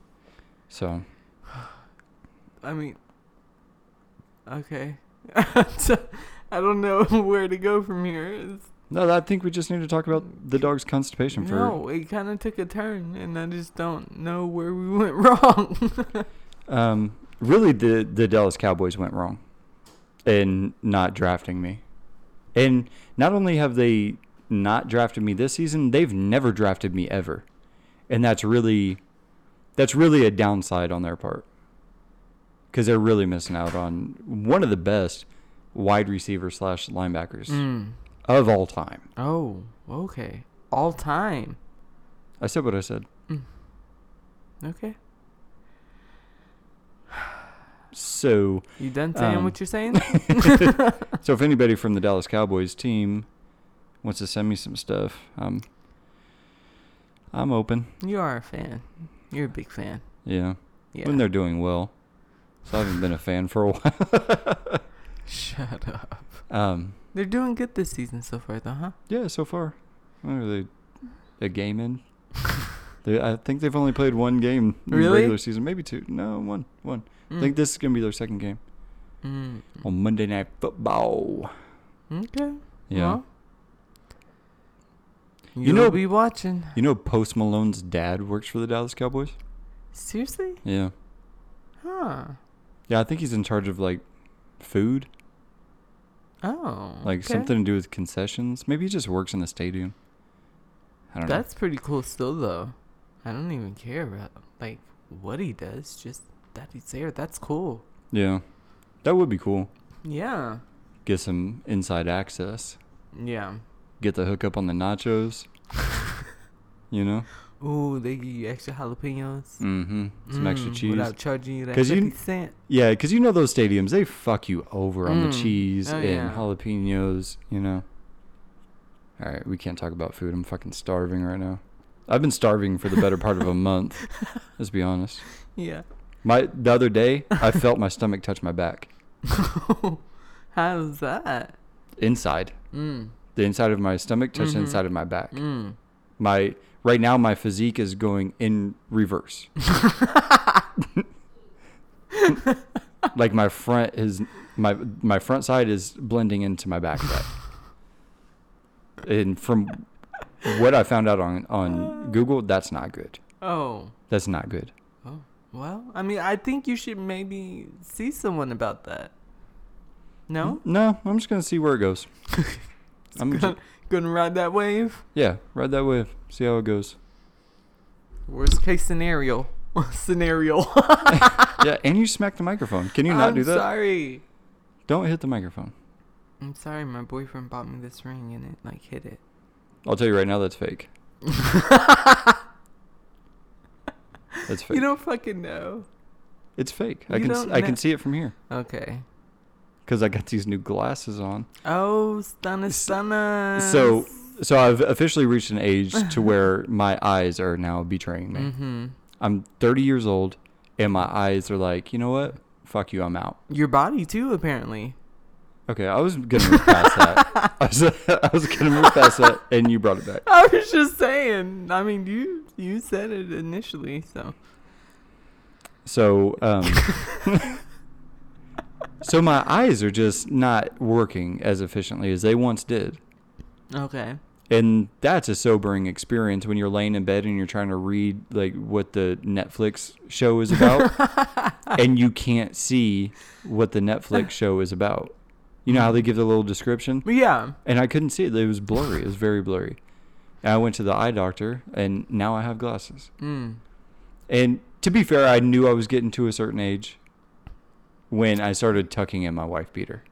So I mean. Okay. I don't know where to go from here. It's no, I think we just need to talk about the dog's constipation for No, it kind of took a turn, and I just don't know where we went wrong. um really the the Dallas Cowboys went wrong in not drafting me. And not only have they not drafted me this season, they've never drafted me ever. And that's really that's really a downside on their part. Cuz they're really missing out on one of the best wide receiver slash linebackers Mm. of all time. Hmm. Oh, okay. All time. Hmm. I said what I said. Okay. So, You done saying Um, what you're saying? so if anybody from the Dallas Cowboys team wants to send me some stuff, um, I'm open. you are a fan. You're a big fan. Yeah. Yeah. When they're doing well. So I haven't been a fan for a while. Shut up. Um, They're doing good this season so far, though, huh? yeah, so far. What are they? A game in? they, I think they've only played one game in the Really? regular season. Maybe two. No, one. One. I think this is going to be their second game Mm. on Monday Night Football. Okay. Yeah. Well, You you know, know- be watching. You know, Post Malone's dad works for the Dallas Cowboys? Seriously? Yeah. Huh. Yeah, I think he's in charge of like food, Oh. like okay. something to do with concessions. Maybe he just works in the stadium. I don't That's pretty cool still though. I don't even care about like what he does, just that he's there. That's cool. know. Yeah. That would be cool. Yeah. Get some inside access. Yeah. Get the hookup on the nachos. you know? Ooh, they give you extra jalapenos. Mm hmm. Some extra Mm, cheese. Without charging you that 'Cause you- 50 cent. yeah, because you know those stadiums, they fuck you over on the Mm. cheese Oh, and yeah. jalapenos, you know? All right, we can't talk about food. I'm fucking starving right now. I've been starving for the better part of a month. Let's be honest. Yeah. My the other day, I felt my stomach touch my back. How's that? inside. Mm. The inside of my stomach touched the inside of my back. Mm-hmm. Mm. My right now my physique is going in reverse. like my front is my my front side is blending into my back side. And from what I found out on on Google, that's not good. Oh. That's not good. Oh. Well, I mean, I think you should maybe see someone about that. No? No, I'm just gonna see where it goes. I'm just, Gonna ride that wave? yeah, ride that wave. See how it goes. Worst case scenario. scenario. Yeah, and you smacked the microphone. Can you not I'm do that? sorry. Don't hit the microphone. I'm sorry, my boyfriend bought me this ring and it like hit it. I'll tell you right now, that's fake. that's fake. You don't fucking know. it's fake. I you can s- don't I kno- can see it from here Okay. because I got these new glasses on. Oh, stunna S- stunna. So so I've officially reached an age to where my eyes are now betraying me. Mm-hmm. I'm 30 years old, and my eyes are like, you know what? Fuck you. I'm out. Your body too, apparently. Okay, I was gonna move past that. I was, I was gonna move past that, and you brought it back. I was just saying. I mean, you you said it initially, so So, um, so my eyes are just not working as efficiently as they once did. okay. And that's a sobering experience when you're laying in bed and you're trying to read like what the Netflix show is about and you can't see what the Netflix show is about. You know how they give the little description? But yeah, And I couldn't see it. It was blurry. It was very blurry. And I went to the eye doctor and now I have glasses. mm. And to be fair, I knew I was getting to a certain age when I started tucking in my wife beater.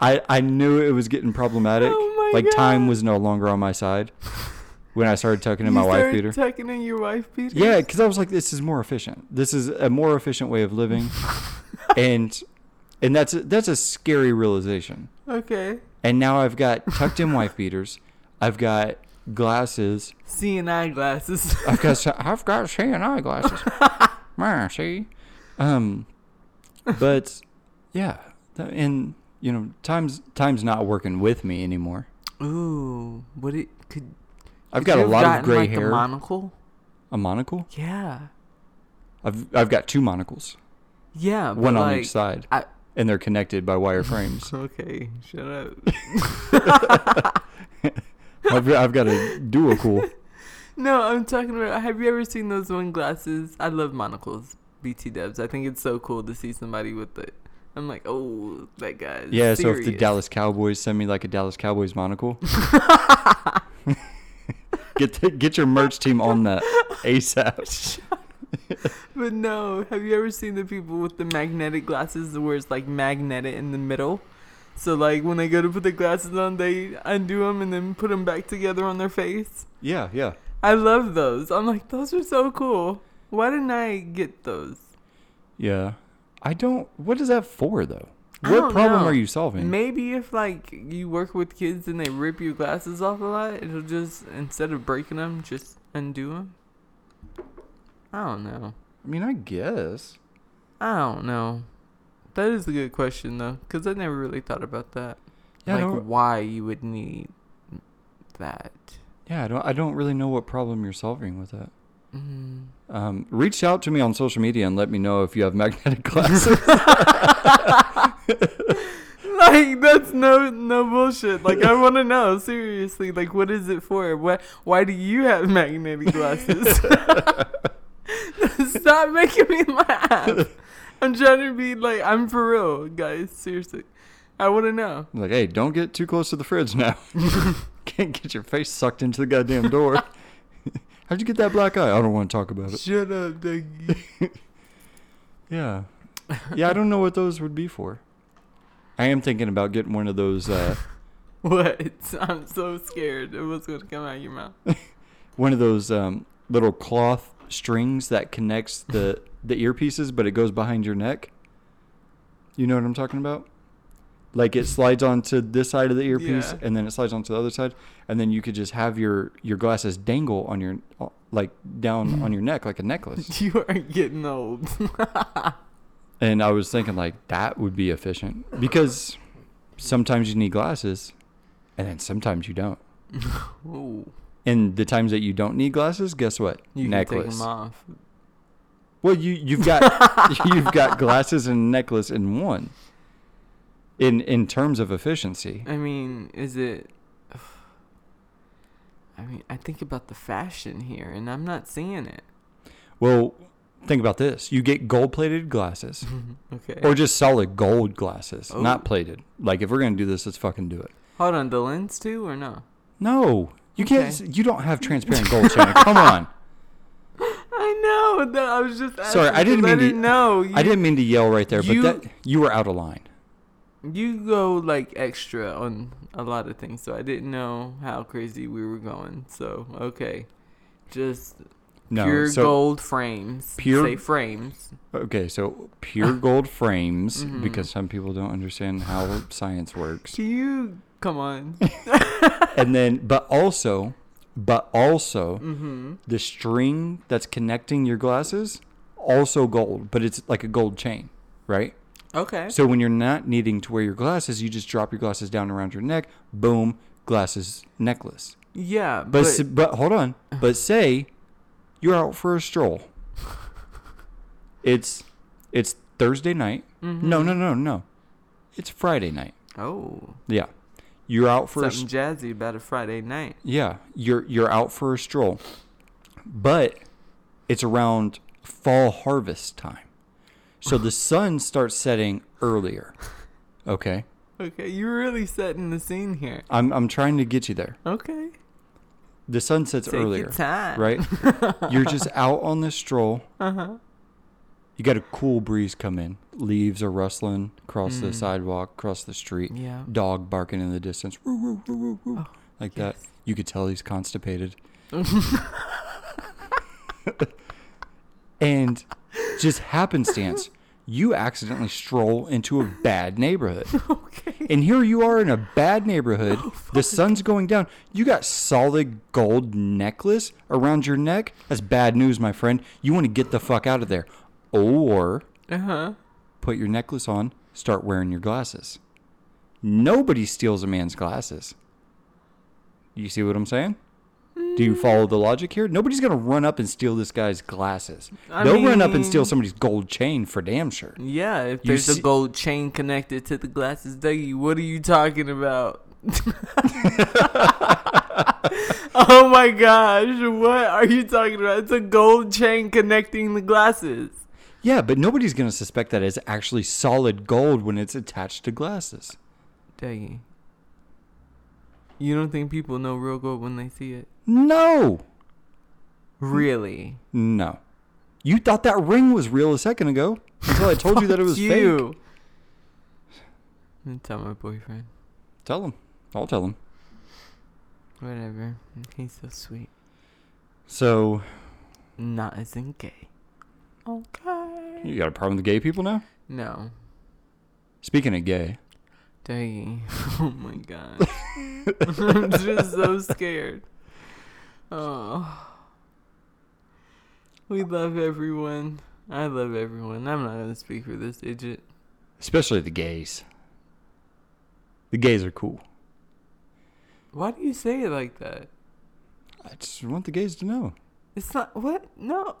I I knew it was getting problematic. Oh my like time God. was no longer on my side when I started tucking in You my wife started beater. Tucking in your wife beater. Yeah, because I was like, this is more efficient. This is a more efficient way of living, and and that's a, that's a scary realization. Okay. And now I've got tucked in wife beaters. I've got glasses. Seeing eyeglasses. I've got s- I've got Shane eyeglasses. Man, see, um, but yeah, th- and you know, time's time's not working with me anymore. Ooh, what it could. I've could got you a have lot gotten, of gray like, hair. A monocle. a monocle. Yeah. I've I've got two monocles, Yeah. but, one on like, each side, I- and they're connected by wire frames. Okay. Shut up. I've, I've got a dual cool. No, I'm talking about. Have you ever seen those one glasses? I love monocles, BT Dubs. I think it's so cool to see somebody with it. I'm like, oh, that guy. Is Yeah, so if the serious." Dallas Cowboys send me like a Dallas Cowboys monocle, get the, get your merch team on that ASAP. But no, have you ever seen the people with the magnetic glasses where it's like magnetic in the middle? So like when they go to put the glasses on, they undo them and then put them back together on their face. Yeah, yeah. I love those. I'm like, those are so cool. Why didn't I get those? Yeah. I don't. What is that for, though? I What don't problem know. are you solving? Maybe if like you work with kids and they rip your glasses off a lot, it'll just instead of breaking them, just undo them. I don't know. I mean, I guess. I don't know. That is a good question though, because I never really thought about that. Yeah, I like don't, why you would need that. yeah. I don't. I don't really know what problem you're solving with that. Mm. Um, reach out to me on social media and let me know if you have magnetic glasses. Like that's no no bullshit. Like I want to know seriously. Like what is it for? What? Why do you have magnetic glasses? Stop making me laugh. I'm trying to be like I'm for real, guys. Seriously, I want to know. like, hey, don't get too close to the fridge now. Can't get your face sucked into the goddamn door. How'd you get that black eye? I don't want to talk about it. Shut up, Dougie. Yeah. Yeah, I don't know what those would be for. I am thinking about getting one of those uh, what? I'm so scared of what's gonna come out of your mouth. one of those um, little cloth strings that connects the the earpieces, but it goes behind your neck. You know what I'm talking about? like it slides onto this side of the earpiece Yeah. and then it slides onto the other side and then you could just have your your glasses dangle on your like down on your neck like a necklace You are getting old. and i was thinking like that would be efficient because sometimes you need glasses and then sometimes you don't Ooh. and the times that you don't need glasses guess what You can take necklace them off. well you you've got you've got glasses and necklace in one in in terms of efficiency I mean, is it? I mean, I think about the fashion here, and I'm not seeing it. Well, think about this. You get gold plated glasses okay. or just solid gold glasses, Mm-hmm. Oh. not plated. Like if we're going to do this, let's fucking do it. Hold on, the lens too, or no? No. You can't Okay. you don't have transparent gold, Shannon. Come on. I know. That I was just asking Sorry, I didn't to mean let to- it know. You, I didn't mean to yell right there, but You- that you were out of line. You go like extra on a lot of things, so I didn't know how crazy we were going. So okay, just No. pure so gold frames. Pure- say frames. okay, so pure gold frames Mhm. because some people don't understand how science works. Can you come on? And then but also but also mm-hmm. the string that's connecting your glasses also gold, but it's like a gold chain, right? Okay. So when you're not needing to wear your glasses, you just drop your glasses down around your neck. Boom, glasses necklace. Yeah, but, But s- but, hold on. But say you're out for a stroll. It's it's Thursday night. No, no, no, no. It's Friday night. oh, Yeah. You're out for a something jazzy about a Friday night. yeah, you're you're out for a stroll. But it's around fall harvest time. So the sun starts setting earlier. Okay. Okay, you're really setting the scene here. I'm I'm trying to get you there. Okay, The sun sets take earlier, your time. right? You're just out on this stroll. Uh huh. You got a cool breeze come in. Leaves are rustling across the sidewalk, across the street. Mm. Yeah. Dog barking in the distance. Woo, woo, woo, woo, woo. Oh, like that. You could tell he's constipated. and just happenstance, you accidentally stroll into a bad neighborhood. Okay. And here you are in a bad neighborhood. Oh, the sun's going down. You got solid gold necklace around your neck. That's bad news, my friend. You want to get the fuck out of there. Or Uh Uh-huh. huh. put your necklace on, start wearing your glasses. Nobody steals a man's glasses. You see what I'm saying? Do you follow the logic here? Nobody's going to run up and steal this guy's glasses. I They'll run up and steal mean- somebody's gold chain for damn sure. Yeah, if You there's see- a gold chain connected to the glasses, Dougie, what are you talking about? oh my gosh, what are you talking about? It's a gold chain connecting the glasses. Yeah, but nobody's going to suspect that it's actually solid gold when it's attached to glasses. Dougie, you don't think people know real gold when they see it? No. Really? No. You thought that ring was real a second ago until I told you that it was fake. you. I'm gonna tell my boyfriend. Tell him. I'll tell him. Whatever. He's so sweet. So, Not as in gay. Okay. you got a problem with gay people now? No. Speaking of gay, Dang. Oh my god. I'm just so scared. Oh. We love everyone. I love everyone. I'm not going to speak for this idiot. especially the gays. The gays are cool. Why do you say it like that? I just want the gays to know. It's not. What? No.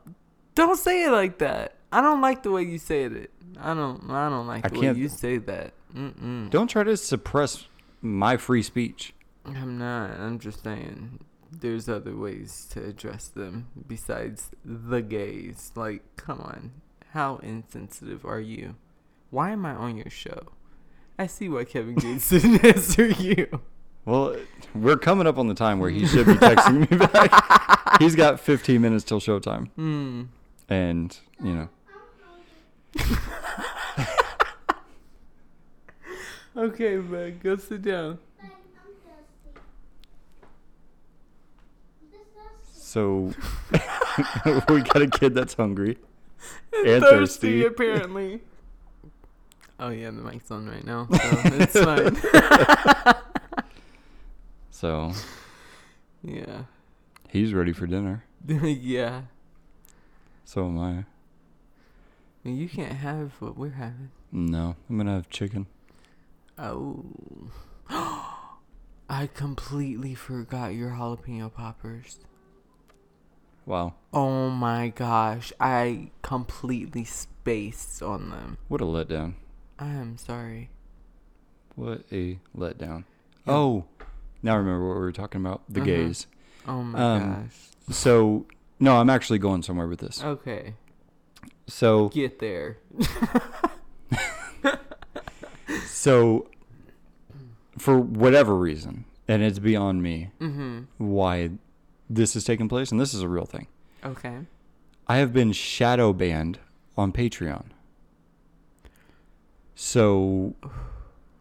Don't say it like that. I don't like the way you say it. I don't. I don't like I the can't- way you say that. Mm-mm. Don't try to suppress my free speech. I'm not. I'm just saying there's other ways to address them besides the gays. Like, come on. How insensitive are you? Why am I on your show? I see why Kevin Gates didn't answer you. Well, we're coming up on the time where he should be texting me back. He's got 15 minutes till showtime. Hmm. And, you know, Okay, bud. Go sit down. so we got a kid that's hungry. And thirsty. apparently. Oh yeah, the mic's on right now. So it's fine. So yeah. he's ready for dinner. yeah. So am I. You can't have what we're having. No, I'm gonna have chicken. Oh. I completely forgot your jalapeno poppers. Wow, Oh my gosh. I completely spaced on them. what a letdown! I am sorry. What a letdown! Yeah. Oh, now I remember what we were talking about the Uh-huh. gays. Oh my Um, So no, I'm actually going somewhere with this. gosh. Okay. So Get there. so for whatever reason, and it's beyond me Mm-hmm. why this is taking place, and this is a real thing. Okay. I have been shadow banned on Patreon. So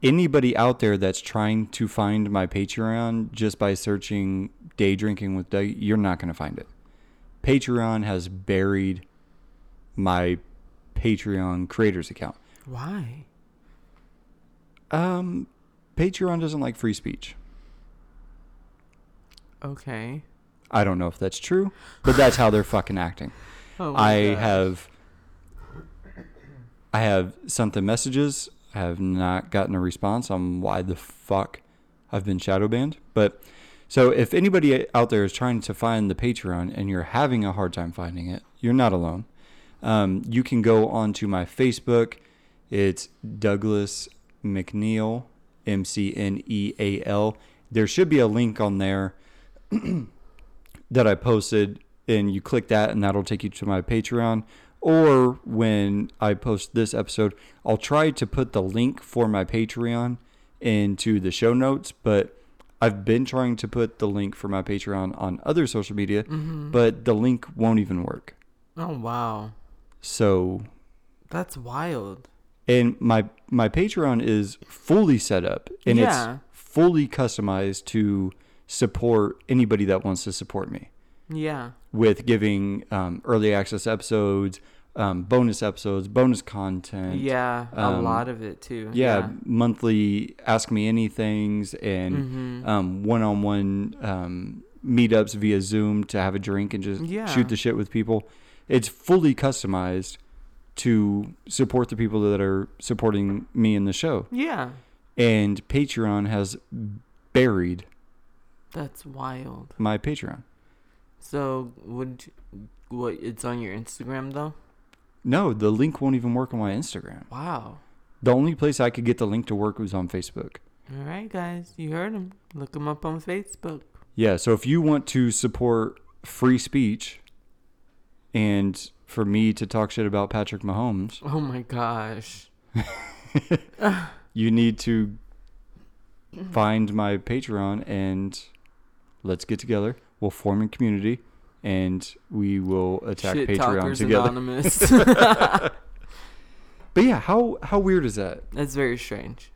anybody out there that's trying to find my Patreon just by searching day drinking with Doug, you're not going to find it. Patreon has buried my Patreon creators account. Why? Um Patreon doesn't like free speech. Okay. I don't know if that's true, but that's how they're fucking acting. Oh my I gosh. have I have sent them messages. I have not gotten a response on why the fuck I've been shadow banned. But so if anybody out there is trying to find the Patreon and you're having a hard time finding it, you're not alone. Um, you can go onto my Facebook. It's Douglas McNeil, M C N E A L. There should be a link on there that I posted, and you click that, and that'll take you to my Patreon. Or when I post this episode, I'll try to put the link for my Patreon into the show notes, but I've been trying to put the link for my Patreon on other social media, but the link won't even work. Oh wow. So That's wild. and my my Patreon is fully set up and Yeah. it's fully customized to support anybody that wants to support me Yeah. with giving um, early access episodes, um, bonus episodes, bonus content. Yeah. a um, lot of it too. Yeah, monthly ask me anythings and Mm-hmm. um, one-on-one um, meetups via Zoom to have a drink and just Yeah. shoot the shit with people. It's fully customized to support the people that are supporting me in the show. Yeah. And Patreon has buried That's wild. my Patreon. So would you- what it's on your Instagram though? No, the link won't even work on my Instagram. Wow. The only place I could get the link to work was on Facebook. All right, guys, you heard him. Look him up on Facebook. Yeah, so if you want to support free speech and for me to talk shit about Patrick Mahomes, Oh my gosh. you need to find my Patreon and let's get together. We'll form a community and we will attack Shit Patreon Talkers together. Anonymous. But yeah, how how weird is that? That's very strange.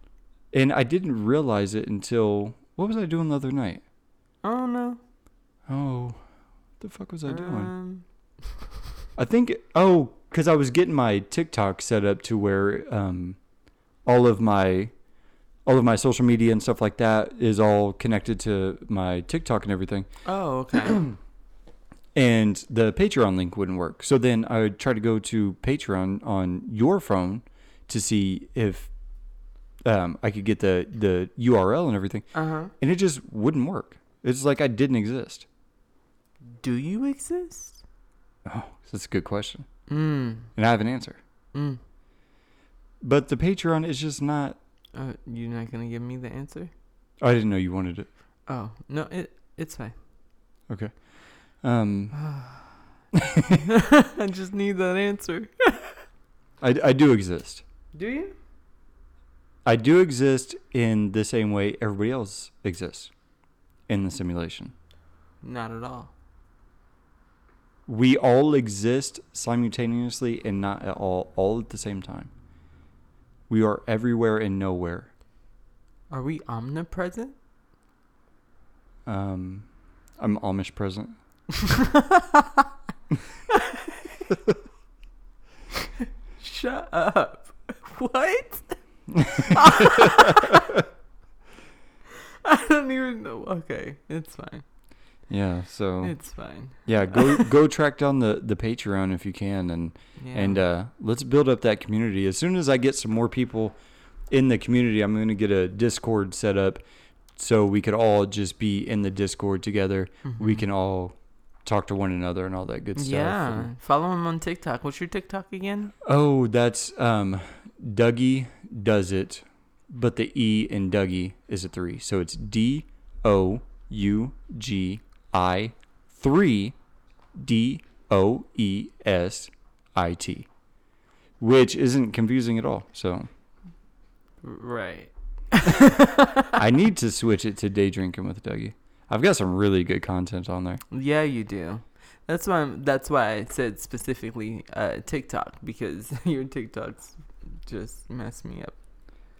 And I didn't realize it until what was I doing the other night? Oh no. Oh, what the fuck was I doing? Um, I think oh, because I was getting my TikTok set up to where um, all of my all of my social media and stuff like that is all connected to my TikTok and everything. oh okay. And the Patreon link wouldn't work. So then I would try to go to Patreon on your phone to see if um, I could get the the URL and everything, uh huh. and it just wouldn't work. It's like I didn't exist. Do you exist? Oh, that's a good question, Mm. and I have an answer. Mm. But the Patreon is just not. Uh, you're not gonna give me the answer? I didn't know you wanted it. Oh no, it it's fine. Okay. Um, I just need that answer. I, I do exist. Do you? I do exist in the same way everybody else exists in the simulation. Not at all. We all exist simultaneously and not at all, all at the same time. We are everywhere and nowhere. Are we omnipresent? Um, I'm Amish present. Shut up. What? I don't even know. Okay, it's fine. Yeah. So It's fine. yeah, go go track down the the Patreon if you can, and Yeah. and uh, let's build up that community. As soon as I get some more people in the community, I'm going to get a Discord set up so we could all just be in the Discord together. Mm-hmm. We can all talk to one another and all that good stuff. yeah. And- Follow him on TikTok. What's your TikTok again? oh, that's um, Dougie does it, but the E in Dougie is a three, so it's D O U G I three D O E S I T, which isn't confusing at all. So. Right. I need to switch it to day drinking with Dougie. I've got some really good content on there. Yeah, you do. That's why. I'm, that's why I said specifically uh, TikTok because your TikToks just mess me up.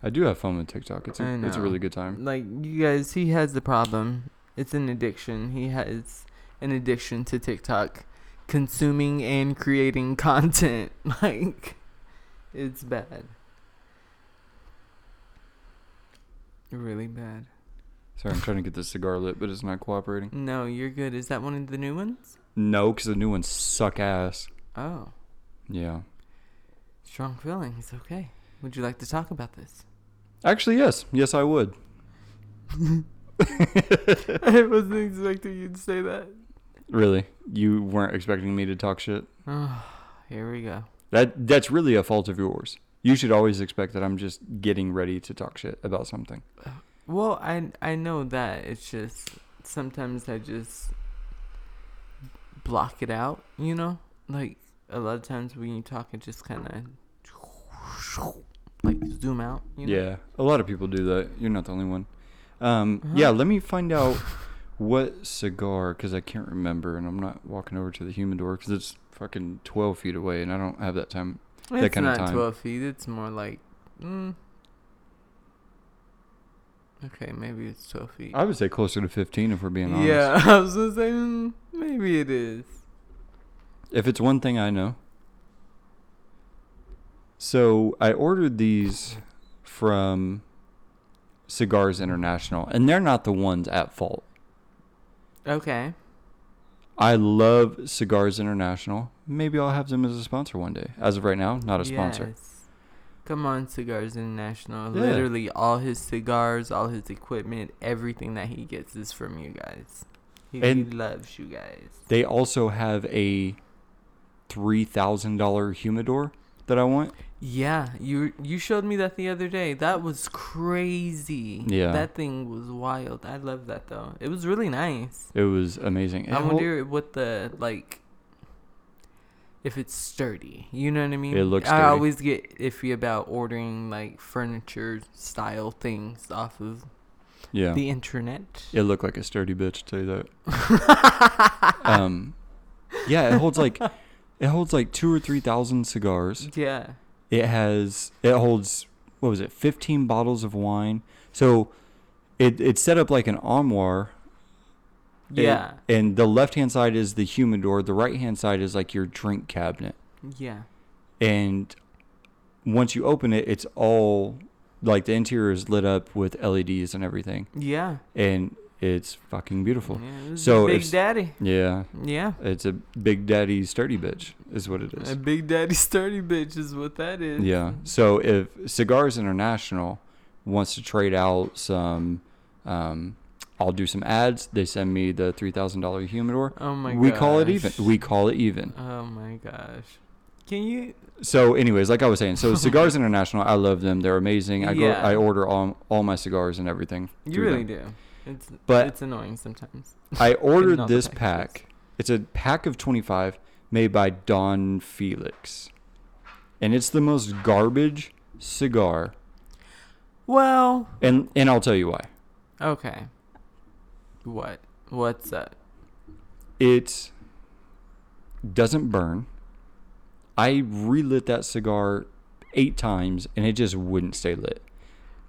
I do have fun with TikTok. It's I a, it's a know. really good time. Like you guys, he has the problem. It's an addiction. He has an addiction to TikTok, consuming and creating content. Like it's bad. Really bad. Sorry, I'm trying to get this cigar lit, but it's not cooperating. No, you're good. Is that one of the new ones? No, because the new ones suck ass. Oh, Yeah. strong feelings. Okay. Would you like to talk about this? Actually, yes. Yes, I would. I wasn't expecting you to say that. Really? You weren't expecting me to talk shit? Oh, here we go. That That's really a fault of yours. You should always expect that I'm just getting ready to talk shit about something. Well, I I know that it's just sometimes I just block it out, you know? Like a lot of times when you talk it just kind of like zoom out, you know? Yeah, a lot of people do that. You're not the only one. Um, Uh-huh. Yeah, let me find out what cigar because I can't remember, and I'm not walking over to the humidor because it's fucking 12 feet away, and I don't have that time. It's that kinda not time. 12 feet. It's more like mm, Okay, maybe it's 12 feet. I would say closer to 15 if we're being honest. yeah, I was just saying maybe it is. If it's one thing I know. So I ordered these from Cigars International, and they're not the ones at fault. Okay. I love Cigars International. Maybe I'll have them as a sponsor one day. As of right now, not a sponsor. Yes. Come on, Cigars International. Yeah. Literally, all his cigars, all his equipment, everything that he gets is from you guys. He, he And- loves you guys. They also have a three thousand dollar humidor that I want. Yeah, you you showed me that the other day. That was crazy. Yeah. that thing was wild. I love that though. It was really nice. It was amazing. It, I hol- wonder what the like. If it's sturdy, you know what I mean. It looks I sturdy. always get iffy about ordering like furniture style things off of yeah. the internet. it looked like a sturdy bitch. Tell you that. um, yeah, it holds like it holds like two or three thousand cigars. Yeah. It has it holds what was it, fifteen bottles of wine. So it it's set up like an armoire And- Yeah. and the left hand side is the humidor. The right hand side is like your drink cabinet. yeah. And once you open it, it's all like the interior is lit up with LEDs and everything. Yeah. And it's fucking beautiful. yeah this is So Big if- Daddy. Yeah. Yeah. It's a big daddy sturdy bitch, is what it is. A Big Daddy sturdy bitch is what that is. Yeah. So if Cigars International wants to trade out some, um, I'll do some ads. They send me the $3,000 humidor. Oh my we call it gosh. even. We call it even. Oh my gosh. Can you So, anyways, like I was saying, so Cigars International, I love them. They're amazing. I go, Yeah. I order all, all my cigars and everything. you through really them. do. It's But- it's annoying sometimes. I ordered all the this packages. pack. It's a pack of 25 made by Don Felix. And it's the most garbage cigar. Well, And and I'll tell you why. okay. What? What's up? It doesn't burn. I relit that cigar 8 times and it just wouldn't stay lit.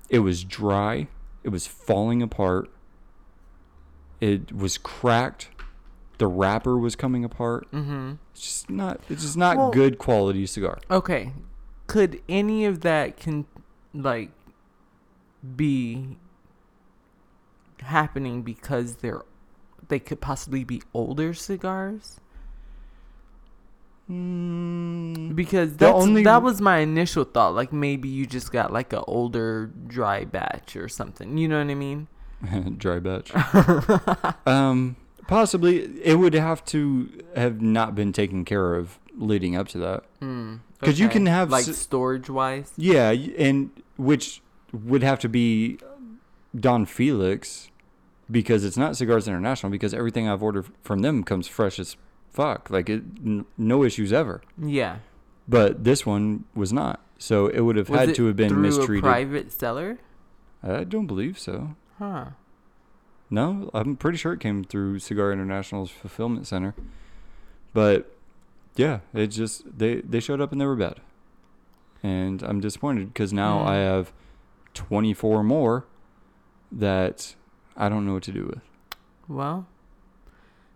It was dry, it was falling apart. It was cracked. The wrapper was coming apart. Mm-hmm. It's just not it's just not Well- good quality cigar. Okay. Could any of that can like be happening because they're they could possibly be older cigars Mm, because that's, only- that was my initial thought like maybe you just got like an older dry batch or something you know what i mean dry batch. um, possibly it would have to have not been taken care of leading up to that. Mm, 'Cause you can have like s- storage wise Yeah, y- and which would have to be Don Felix because it's not Cigars International because everything I've ordered from them comes fresh as fuck. Like it, n- no issues ever. yeah But this one was not. So it would have Was had it to have been through a mistreated. private seller I don't believe so. huh No, I'm pretty sure it came through Cigar International's fulfillment center. But yeah, it just they they showed up and they were bad. And I'm disappointed because now Mm. I have 24 more that I don't know what to do with. well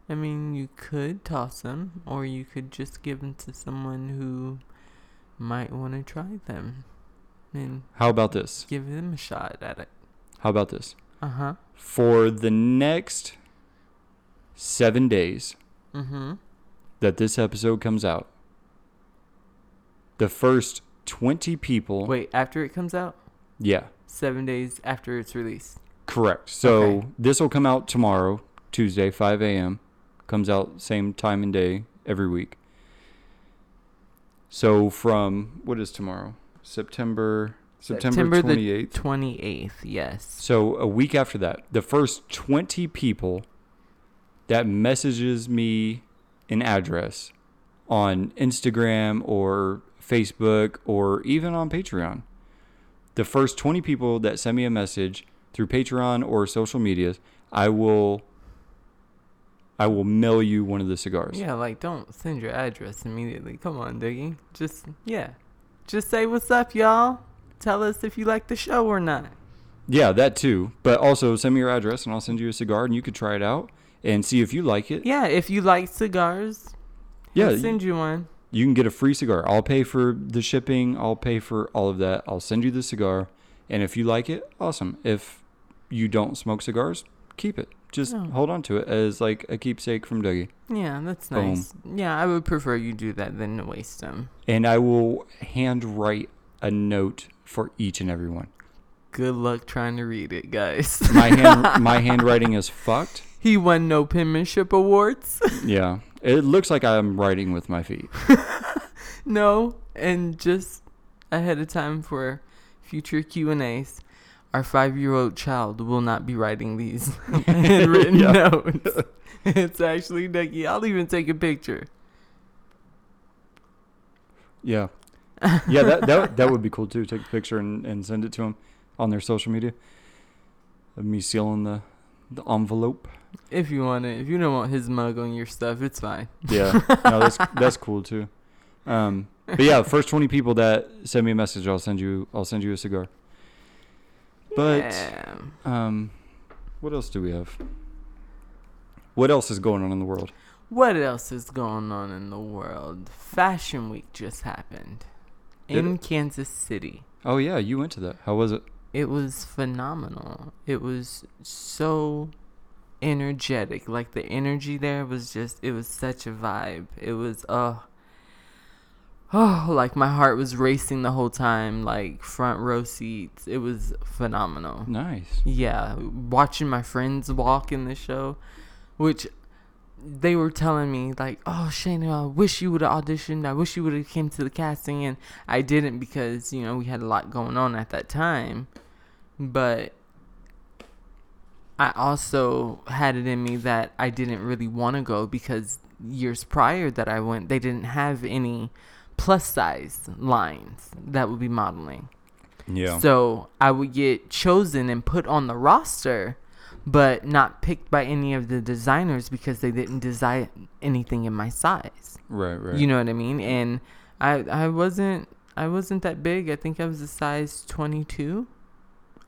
i mean you could toss them or you could just give them to someone who might want to try them and How about this? give them a shot at it How about this? uh-huh For the next 7 days mm-hmm that this episode comes out, the first 20 people Wait, after it comes out? Yeah. Seven days after it's released. Correct. So Okay. this will come out tomorrow, Tuesday, 5 a.m. Comes out same time and day every week. So from what is tomorrow? September September, September the 28th. 28th, yes. So a week after that, the first 20 people that messages me an address on Instagram or Facebook or even on Patreon, the first 20 people that send me a message through Patreon or social medias, I will I will mail you one of the cigars. Yeah, like, don't send your address immediately. Come on, Diggy. Just, yeah. Just say what's up, y'all. Tell us if you like the show or not. Yeah, that too. But also send me your address and I'll send you a cigar and you could try it out and see if you like it. Yeah, if you like cigars, Yeah, yeah, send you one. you can get a free cigar. I'll pay for the shipping. I'll pay for all of that. I'll send you the cigar. And if you like it, awesome. If you don't smoke cigars, keep it. Just Oh. hold on to it as like a keepsake from Dougie. Yeah, that's Boom. nice. Yeah, I would prefer you do that than to waste them. And I will handwrite a note for each and every one. Good luck trying to read it, guys. My hand, my handwriting is fucked. he won no penmanship awards. Yeah, it looks like I'm writing with my feet. No, and just ahead of time for future Q and A's, our five-year-old child will not be writing these handwritten Yeah. notes. It's actually Ducky. I'll even take a picture. Yeah, yeah, that that, that would be cool too. Take a picture and, and send it to them on their social media. Of me sealing the the envelope. If you want it, if you don't want his mug on your stuff, it's fine. Yeah, no, that's that's cool too. Um, but yeah, first twenty people that send me a message, I'll send you I'll send you a cigar. But Yeah. um, what else do we have? What else is going on in the world? what else is going on in the world? Fashion Week just happened Did in Kansas City. Oh yeah, you went to that. How was it? it was phenomenal. It was so energetic. Like the energy there was just it was such a vibe. It was uh oh like my heart was racing the whole time, like front row seats. It was phenomenal. Nice. Yeah, watching my friends walk in the show, which they were telling me like, "Oh, Shayna, I wish you would have auditioned. I wish you would have came to the casting." And I didn't because you know we had a lot going on at that time, but I also had it in me that I didn't really want to go because years prior that I went, they didn't have any plus size lines that would be modeling. Yeah. So I would get chosen and put on the roster, but not picked by any of the designers because they didn't design anything in my size. right. Right. You know what I mean? And I I wasn't I wasn't that big. I think I was a size 22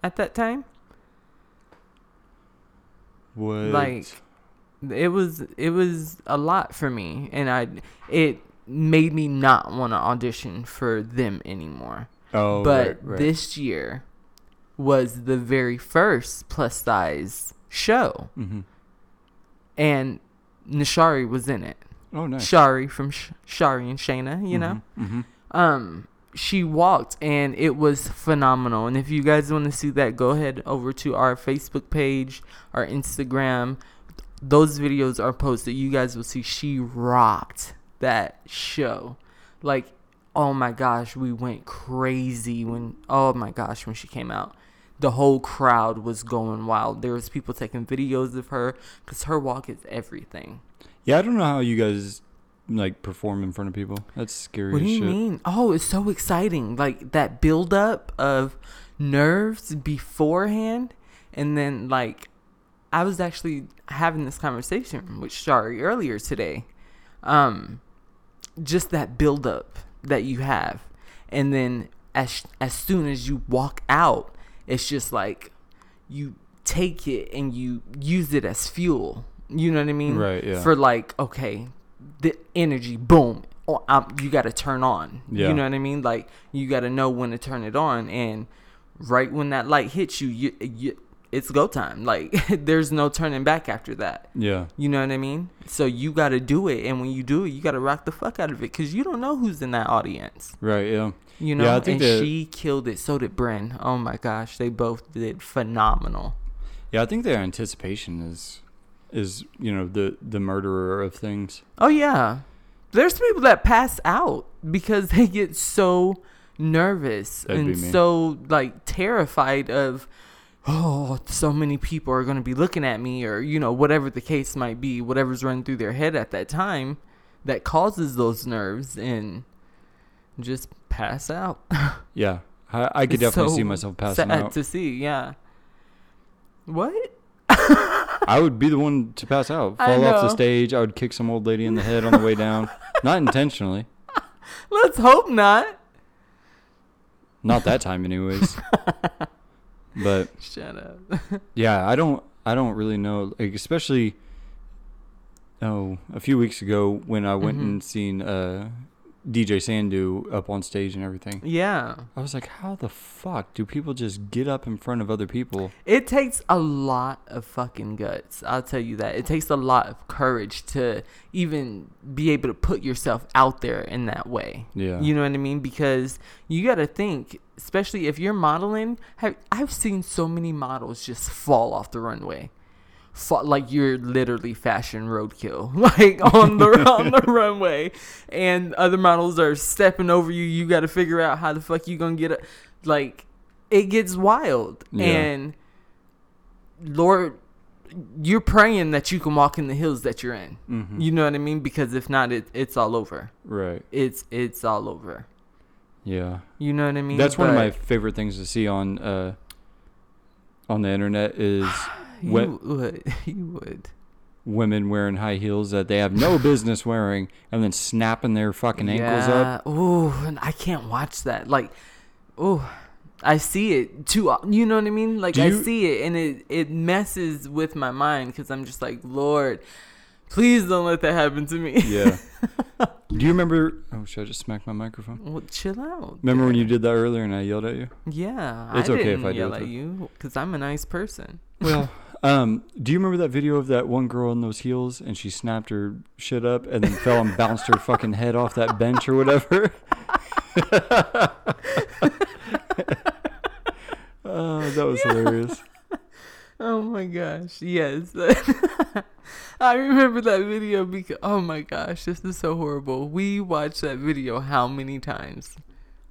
at that time. what? like it was it was a lot for me and I it made me not want to audition for them anymore. Oh, but right, right. this year was the very first plus size show, Mhm. and Nishari was in it. Oh, nice. Shari from Sh- Shari and Shayna, you know. hmm Um, she walked and it was phenomenal. And if you guys want to see that, go ahead over to our Facebook page, our Instagram. Those videos are posted. You guys will see she rocked that show. Like, oh my gosh, we went crazy when oh my gosh when she came out. The whole crowd was going wild. There was people taking videos of her because her walk is everything. Yeah, I don't know how you guys like perform in front of people. That's scary What as do you shit. mean? Oh, it's so exciting. Like that buildup of nerves beforehand. And then, like, I was actually having this conversation with Shari earlier today. Um, just that buildup that you have. And then, as, as soon as you walk out, it's just like you take it and you use it as fuel. You know what I mean? Right, yeah. For like, okay, the energy, boom, oh, um, you got to turn on. Yeah. You know what I mean? Like you got to know when to turn it on, and right when that light hits you, you, you it's go time. Like there's no turning back after that. Yeah. You know what I mean? So you got to do it, and when you do it, you got to rock the fuck out of it because you don't know who's in that audience. Right. Yeah. You Yeah, know, I think and that- she killed it. So did Bren. Oh my gosh, they both did phenomenal. Yeah. I think their anticipation is is you know the the murderer of things. Oh yeah. There's people that pass out because they get so nervous That'd be and me. so like terrified of oh so many people are going to be looking at me or you know whatever the case might be whatever's running through their head at that time that causes those nerves and just pass out. Yeah. I, I could It's definitely so see myself passing sad out. to see, yeah. What? I would be the one to pass out, I fall off the know. stage. I would kick some old lady in the head on the way down, not intentionally. Let's hope not. Not that time, anyways. but Shut up. yeah, I don't. I don't really know, like, especially. Oh, a few weeks ago when I went Mhm. and seen uh, DJ Sandu up on stage and everything. Yeah. I was like, how the fuck do people just get up in front of other people? It takes a lot of fucking guts. I'll tell you that. It takes a lot of courage to even be able to put yourself out there in that way. Yeah. You know what I mean? Because you got to think, especially if you're modeling. Have, I've seen so many models just fall off the runway. Fa- like you're literally fashion roadkill, like on the on the runway, and other models are stepping over you. You got to figure out how the fuck you gonna get up. Like it gets wild, Yeah. and Lord, you're praying that you can walk in the hills that you're in. Mhm. You know what I mean? Because if not, it, it's all over. Right. It's it's all over. Yeah. You know what I mean? That's one of my But favorite things to see on uh, on the internet is You wet- would. You would. women wearing high heels that they have no business wearing and then snapping their fucking ankles up. Ooh, and I can't watch that. Like, ooh, I see it too. o- You know what I mean? Like, Do I you- see it, and it it messes with my mind because I'm just like, Lord, please don't let that happen to me. Yeah. Do you remember? Oh, should I just smack my microphone? Well, chill out. Remember when you did that earlier and I yelled at you? Yeah, It's I okay if didn't I do yell it, at though. you because I'm a nice person. Well, um, do you remember that video of that one girl in those heels and she snapped her shit up and then fell and bounced her fucking head off that bench or whatever? oh, that was hilarious. Oh my gosh, yes. I remember that video because, oh my gosh, this is so horrible. We watched that video how many times?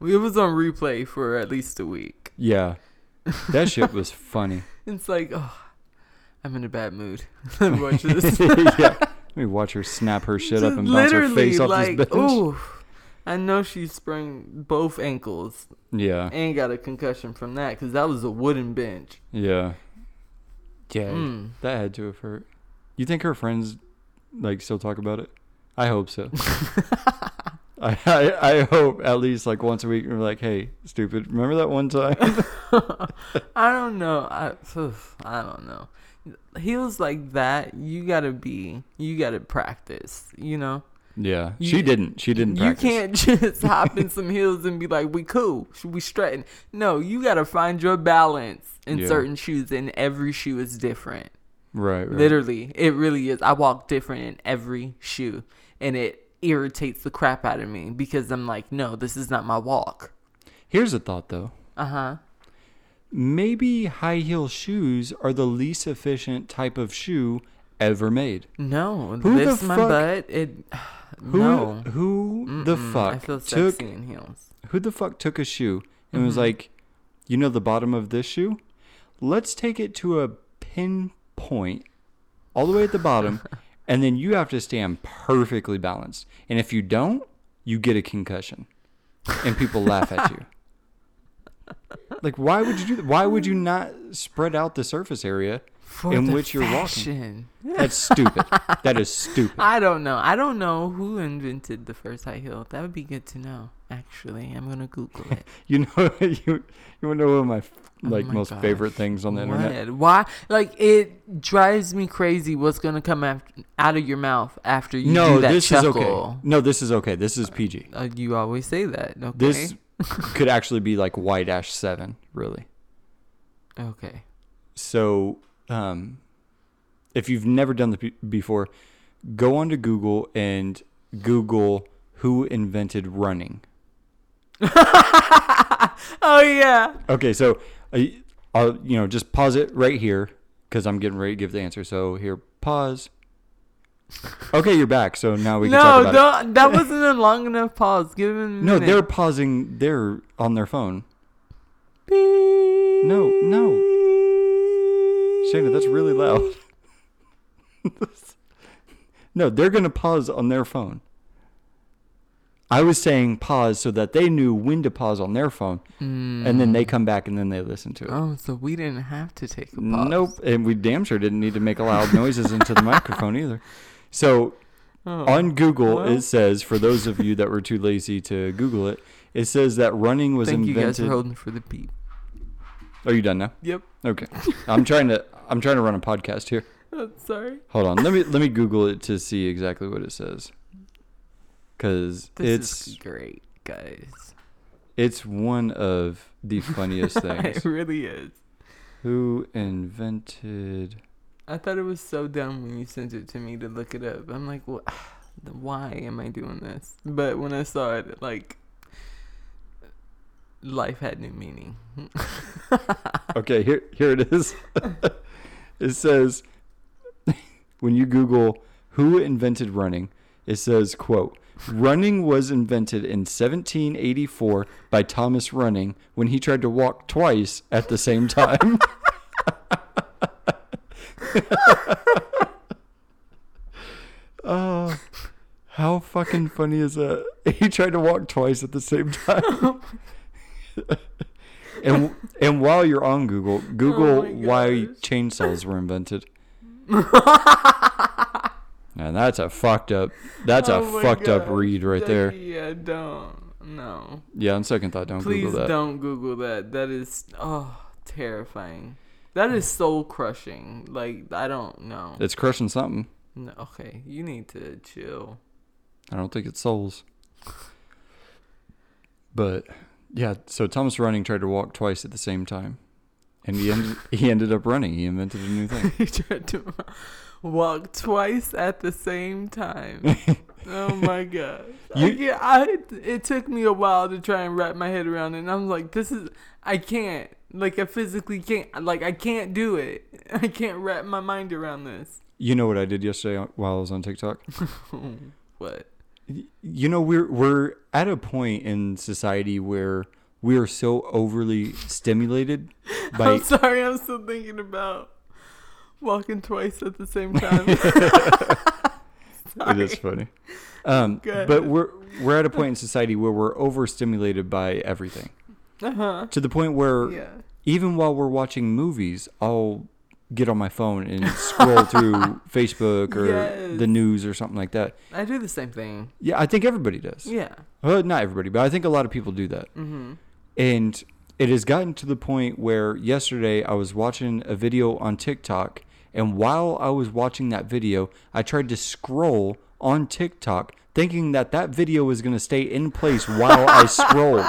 It was on replay for at least a week. Yeah. That shit was funny. It's like, oh, I'm in a bad mood. Let me watch this. yeah. Let me watch her snap her shit up and bounce her face off this bench. ooh, I know she sprained both ankles Yeah. and got a concussion from that because that was a wooden bench. Yeah. Yeah. Mm. That had to have hurt. You think her friends like still talk about it? I hope so. I, I I hope at least like once a week we're like, hey, stupid, remember that one time? I don't know. I oof, I don't know. Heels like that, you gotta be, you gotta practice. You know, Yeah. You- she didn't. She didn't practice. You can't just hop in some hills and be like, "We cool, we strutting." No, you gotta find your balance in Yeah. certain shoes, and every shoe is different. Right. right. Literally, it really is. I walk different in every shoe, and it irritates the crap out of me because I'm like, "No, this is not my walk." Here's a thought though. Uh huh. Maybe high heel shoes are the least efficient type of shoe ever made. No, Who the lifts my fuck- butt. It. Who no. who the Mm-mm. fuck I feel sexy took in heels. who the fuck took a shoe and Mm-hmm. was like, you know the bottom of this shoe? Let's take it to a pinpoint all the way at the bottom, and then you have to stand perfectly balanced. And if you don't, you get a concussion. And people laugh at you. Like why would you do that? Why would you not spread out the surface area For in the which you're walking? fashion. That's stupid. that is stupid. I don't know. I don't know who invented the first high heel. That would be good to know. Actually, I'm gonna Google it. You know you you wanna know one of my like Oh my most gosh. favorite things on the internet? What? Why? Like it drives me crazy. What's gonna come after, out of your mouth after you No, do that this chuckle? is okay. No, this is okay. This is PG. Uh, you always say that. Okay. This could actually be like Y dash seven, really. okay. So, um, if you've never done the p- before, go onto Google and Google who invented running. Oh yeah. Okay, so uh, I'll you know just pause it right here because I'm getting ready to give the answer. So here, pause. Okay, you're back. So now we can talk about No, it. don't, that wasn't a long enough pause. Give him a No, minute. they're pausing. They're on their phone. Beep. No, no. Shayna, that's really loud. no, they're going to pause on their phone. I was saying pause so that they knew when to pause on their phone, and then they come back and then they listen to it. Hmm. Oh, so we didn't have to take a pause. Nope, and we damn sure didn't need to make loud noises into the microphone either. So Oh. on Google, well. it says for those of you that were too lazy to Google it, it says that running was Thank you guys invented. for holding for the beep. Are you done now? Yep. Okay, I'm trying to I'm trying to run a podcast here. I'm Oh, sorry. Hold on. Let me let me Google it to see exactly what it says. Cause This it's is great, guys. it's one of the funniest it things. really is. Who invented? I thought it was so dumb when you sent it to me to look it up. I'm like, what? Why am I doing this? But when I saw it, like, life had new meaning. Okay, here here it is. it says when you Google who invented running, it says quote. Running was invented in 1784 by Thomas Running when he tried to walk twice at the same time. Oh, how fucking funny is that? He tried to walk twice at the same time. and and while you're on Google, Google my why gosh. chainsaws were invented. And that's a fucked up. That's Oh my a fucked up gosh. read right there. Yeah, don't. No. Yeah, on second thought, don't Please Google that. don't Google that. That is, oh, terrifying. That is soul crushing. Like, I don't know. It's crushing something. No, okay, you need to chill. I don't think it's souls. But yeah, so Thomas Running tried to walk twice at the same time, and he ended, he ended up running. He invented a new thing. he tried to walk twice at the same time. oh my god! You- yeah, I it took me a while to try and wrap my head around it. And I'm like, this is I can't. Like I physically can't. Like I can't do it. I can't wrap my mind around this. You know what I did yesterday while I was on TikTok? What? You know we're we're at a point in society where we are so overly stimulated by I'm sorry. I'm still thinking about walking twice at the same time. it is funny. Um, Go but ahead. we're we're at a point in society where we're overstimulated by everything uh huh. to the point where Yeah. even while we're watching movies, I'll get on my phone and scroll through Facebook or Yes. the news or something like that. I do the same thing. Yeah, I think everybody does. Yeah. Well, not everybody, but I think a lot of people do that. Mm-hmm. And it has gotten to the point where yesterday I was watching a video on TikTok, and while I was watching that video, I tried to scroll on TikTok thinking that that video was going to stay in place while I scrolled.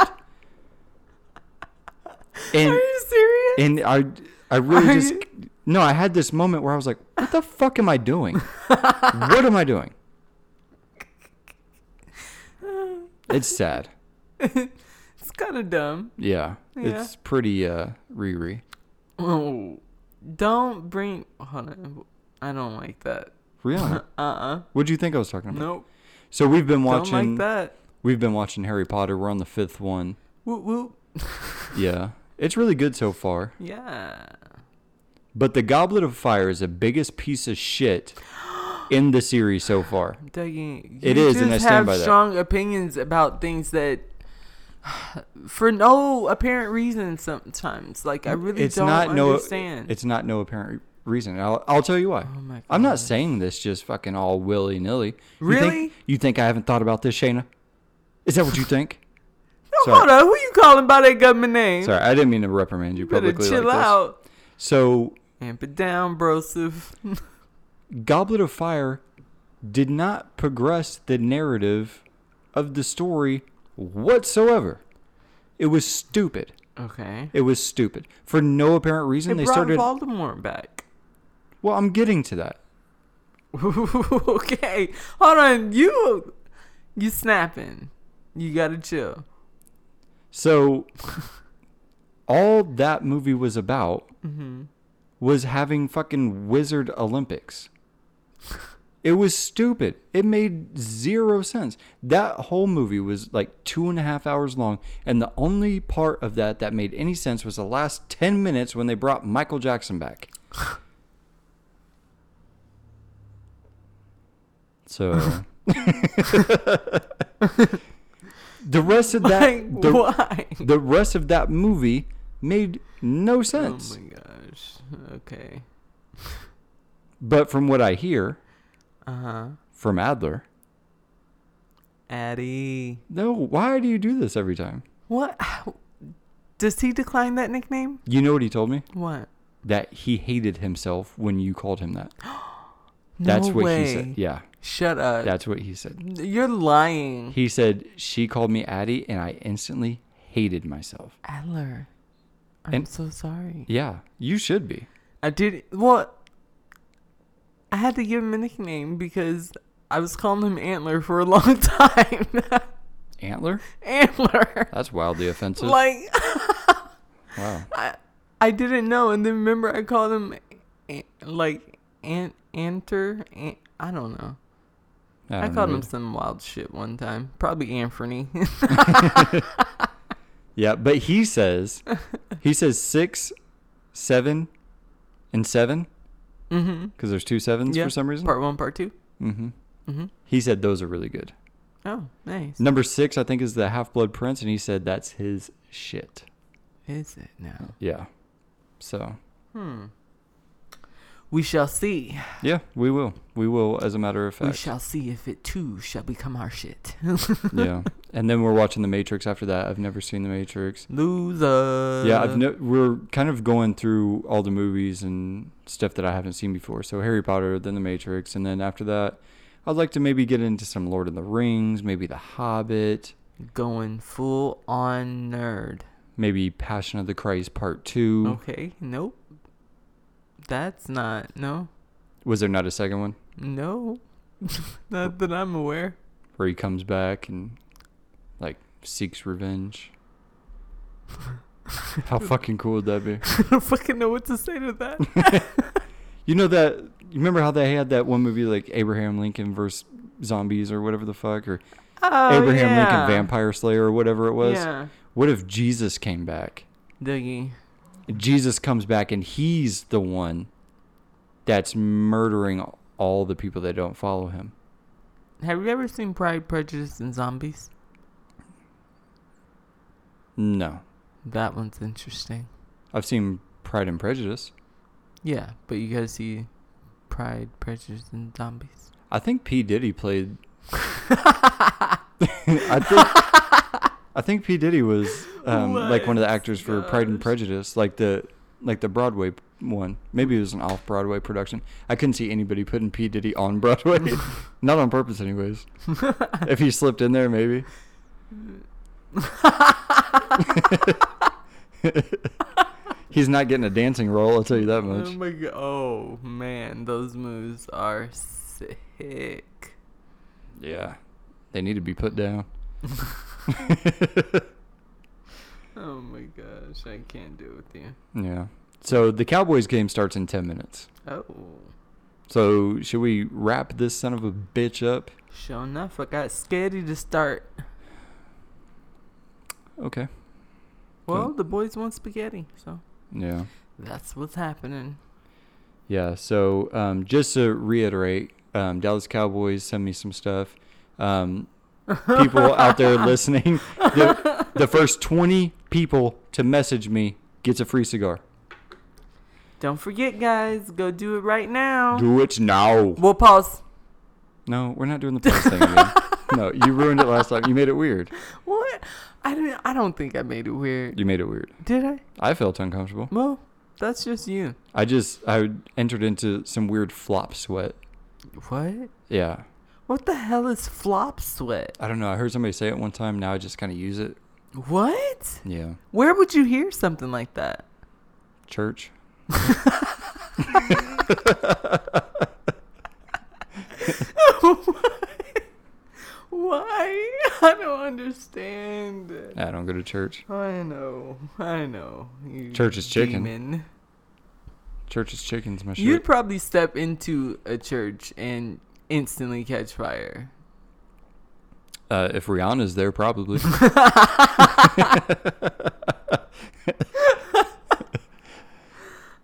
Are And you serious? and I I really Are just you- no, I had this moment where I was like, what the fuck am I doing? what am I doing? It's sad. it's kind of dumb. Yeah. Yeah. It's pretty uh Riri. Oh, don't bring. Hold on. I don't like that. Rihanna. Uh uh What'd you think I was talking about? Nope. So we've been Don't watching like that. we've been watching Harry Potter. We're on the fifth one. Whoop whoop. Yeah. It's really good so far. Yeah. But the Goblet of Fire is the biggest piece of shit in the series so far. Dougie, It you is, and I just stand have by that. strong opinions about things that, for no apparent reason, sometimes. Like I really it's don't not understand. no it's not no apparent reason. I'll, I'll tell you why. oh my god. I'm not saying this just fucking all willy nilly. You Really? think, you think I haven't thought about this, Shayna? Is that what you think? Oh, sorry. hold on. Who you calling by that government name? Sorry, I didn't mean to reprimand you You better publicly chill like this. out. So, Amp it down, brosif. Goblet of Fire did not progress the narrative of the story whatsoever. It was stupid. okay. It was stupid for no apparent reason. It they brought started. Voldemort back. Well, I'm getting to that. okay. Hold on. You you snapping. You gotta chill. So, all that movie was about was having fucking wizard Olympics. It was stupid. It made zero sense. That whole movie was like two and a half hours long, and the only part of that that made any sense was the last 10 minutes when they brought Michael Jackson back. So. the rest of that Like, the, why? the rest of that movie made no Oh sense. my gosh. Okay. but from what I hear Uh huh. from Adler, Addy. no, why do you do this every time? What? Does he decline that nickname? You know what he told me? What? That he hated himself when you called him that. That's No what way. he said. Yeah, Shut up. that's what he said. You're lying. He said she called me Addie, and I instantly hated myself. Adler. I'm And- so sorry. Yeah, you should be. I did. Well, I had to give him a nickname because I was calling him Antler for a long time. Antler? Antler. That's wildly offensive. Like, wow. I, I didn't know. And then remember, I called him An- like Ant Anter. An- I don't know. I, don't know called him either. some wild shit one time. Probably Anthony. Yeah, but he says, he says six, seven, and seven. mm-hmm. because there's two sevens for some reason. Part one, part two. hmm Mm-hmm. He said those are really good. Oh, nice. Number six, I think, is the Half Blood Prince, and he said that's his shit. Is it now? Yeah. So Hmm. We shall see. yeah, we will. We will, as a matter of We fact. shall see if it too shall become our shit. yeah. And then we're watching The Matrix after that. I've never seen The Matrix. Loser. Yeah, I've no, we're kind of going through all the movies and stuff that I haven't seen before. So Harry Potter, then The Matrix, and then after that, I'd like to maybe get into some Lord of the Rings, maybe The Hobbit, going full on nerd. maybe Passion of the Christ Part Two. Okay, nope. That's not no, Was there not a second one? no, not that I'm aware. where he comes back and like seeks revenge. How fucking cool would that be? I don't fucking know what to say to that. You know that you remember how they had that one movie like Abraham Lincoln versus zombies or whatever the fuck or Oh, Abraham yeah. Lincoln Vampire Slayer or whatever it was. Yeah, What if Jesus came back? Dougie. Jesus comes back and he's the one that's murdering all the people that don't follow him. Have you ever seen Pride, Prejudice, and Zombies? No. That one's interesting. I've seen Pride and Prejudice. Yeah, but you gotta see Pride, Prejudice, and Zombies. I think P Diddy played. I think I think P Diddy was um, like one of the actors for Pride and Gosh. Prejudice, like the like the Broadway one. Maybe it was an off Broadway production. I couldn't see anybody putting P Diddy on Broadway, not on purpose, anyways. if he slipped in there, maybe. He's not getting a dancing role. I'll tell you that Oh much. my god. Oh man, those moves are sick. Yeah, they need to be put down. Oh my gosh, I can't do it with you. Yeah. So the Cowboys game starts in ten minutes. Oh. So should we wrap this son of a bitch up? Sure enough, I got scaredy to start. Okay. Well, the boys want spaghetti, so Yeah. that's what's happening. Yeah. So um, just to reiterate, um, Dallas Cowboys send me some stuff. Um, people out there listening, the, the first 20 people to message me gets a free cigar. Don't forget, guys, go do it right now. Do it now. We'll pause. No, we're not doing the pause thing again. No, you ruined it last time. You made it weird. What? I didn't. I don't think I made it weird. You made it weird. Did I? I felt uncomfortable. Well, that's just you. I just I entered into some weird flop sweat. What? Yeah. What the hell is flop sweat? I don't know. I heard somebody say it one time. Now I just kind of use it. What? Yeah. Where would you hear something like that? Church. Why? I don't understand. it. I don't go to church. I know. I know. You Church is chicken. demon. Church is chickens, my shit. You'd probably step into a church and instantly catch fire. Uh, if Rihanna's there, probably.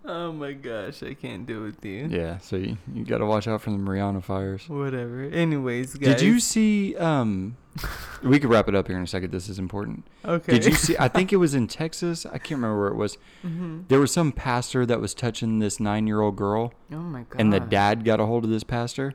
Oh my gosh, I can't do it with you. yeah, so you, you got to watch out for the Rihanna fires. Whatever. Anyways, guys. Did you see? Um, we could wrap it up here in a second. This is important. Okay. Did you see? I think it was in Texas. I can't remember where it was. Mm-hmm. There was some pastor that was touching this nine-year-old girl, Oh my god. and the dad got a hold of this pastor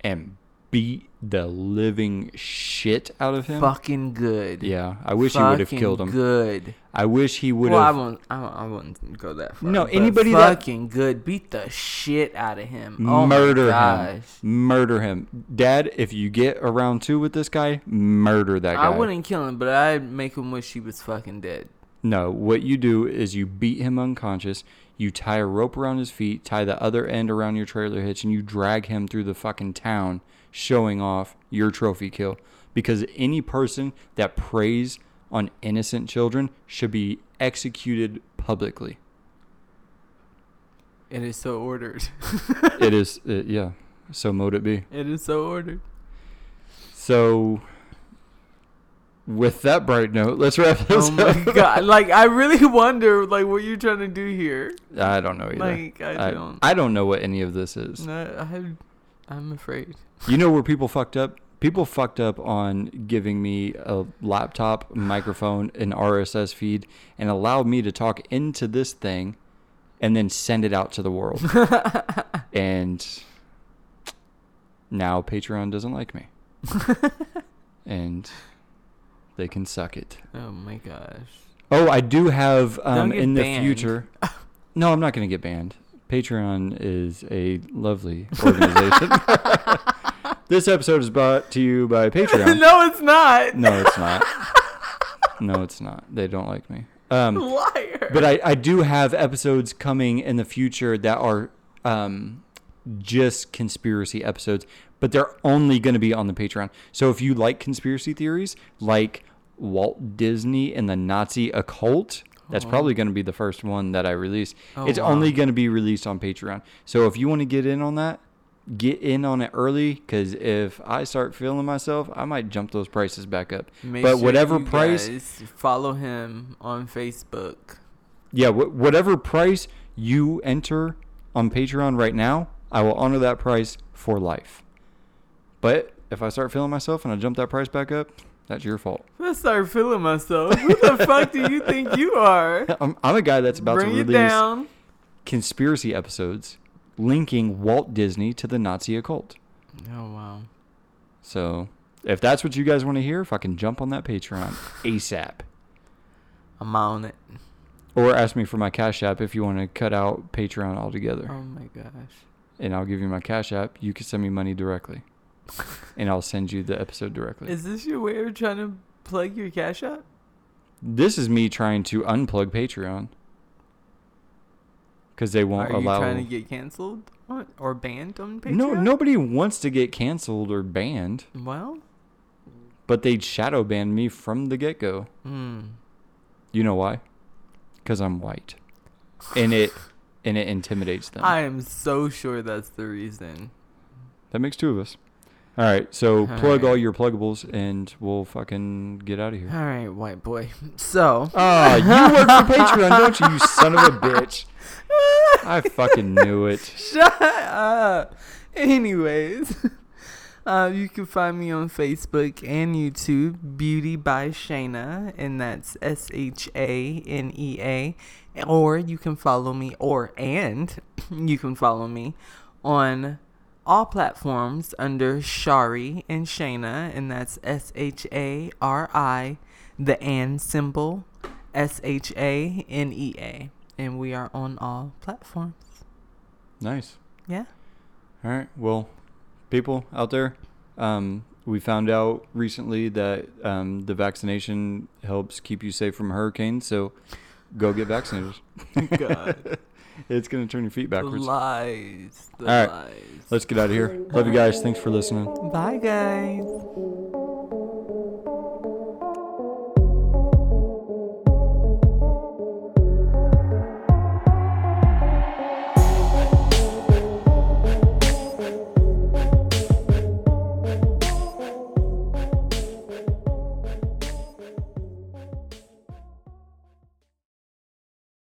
and beat the living shit out of him. Fucking good. Yeah, I wish he would have Fucking killed him. Good. I wish he would Well, I have. won't. I won't, I won't go that far. No, but anybody that- fucking good beat the shit out of him. Oh murder my gosh. him. Murder him. Dad, if you get around two with this guy, murder that guy. I wouldn't kill him, but I'd make him wish he was fucking dead. No, what you do is you beat him unconscious, you tie a rope around his feet, tie the other end around your trailer hitch, and you drag him through the fucking town showing off your trophy kill. Because any person that preys on innocent children should be executed publicly. It is so ordered. it is, uh, yeah. So mote it be. it is so ordered. So, with that bright note, let's wrap this Oh my up. god! Like I really wonder, like what you're trying to do here. I don't know either. Like I, don't. I don't know what any of this is. No, I, I'm afraid. You know where people fucked up? People fucked up on giving me a laptop, microphone, an RSS feed, and allowed me to talk into this thing and then send it out to the world. Oh and now Patreon doesn't like me. and they can suck it. Oh my gosh. Oh, I do have um, get in the banned. future. No, I'm not going to get banned. Patreon is a lovely organization. this episode is brought to you by Patreon. no, it's not. No, it's not. No, it's not. They don't like me. Um, Liar. but I, I do have episodes coming in the future that are um, just conspiracy episodes, but they're only going to be on the Patreon. So if you like conspiracy theories, like Walt Disney and the Nazi occult, that's probably going to be the first one that I release. Oh, it's wow. only going to be released on Patreon. So if you want to get in on that, get in on it early because if I start feeling myself, I might jump those prices back up. Make but sure whatever you price, guys follow him on Facebook. yeah, wh- whatever price you enter on Patreon right now, I will honor that price for life. But if I start feeling myself and I jump that price back up, that's your fault. I start feeling myself. Who the fuck do you think you are? I'm, I'm a guy that's about Bring to it release down. conspiracy episodes linking Walt Disney to the Nazi occult. Oh wow. So if that's what you guys want to hear, if I can jump on that Patreon ASAP. I'm on it. Or ask me for my Cash App if you want to cut out Patreon altogether. Oh my gosh. And I'll give you my Cash App. You can send me money directly. and I'll send you the episode directly. Is this your way of trying to plug your Cash App? this is me trying to unplug Patreon. Because they won't Are you allow. trying to get canceled on- or banned on Patreon? No, nobody wants to get canceled or banned, Well, but they shadow banned me from the get go. hmm. You know why? Because I'm white, and it and it intimidates them. I am so sure that's the reason. that makes two of us. All right, so All plug right. all your pluggables, and we'll fucking get out of here. All right, white boy. So. Ah, you work for Patreon, don't you? You son of a bitch! I fucking knew it. Shut up. Anyways, uh, you can find me on Facebook and YouTube, Beauty by Shayna, and that's S H A N E A. Or you can follow me, or and you can follow me on all platforms under Shari and Shayna, and that's S H A R I, the and symbol, S H A N E A. And we are on all platforms. Nice. Yeah. All right. Well, people out there, um, we found out recently that um, the vaccination helps keep you safe from hurricanes. So go get vaccinated. God. it's going to turn your feet The backwards. lies. The All right. lies. Let's get out of here. Love you guys. Thanks for listening. Bye, guys.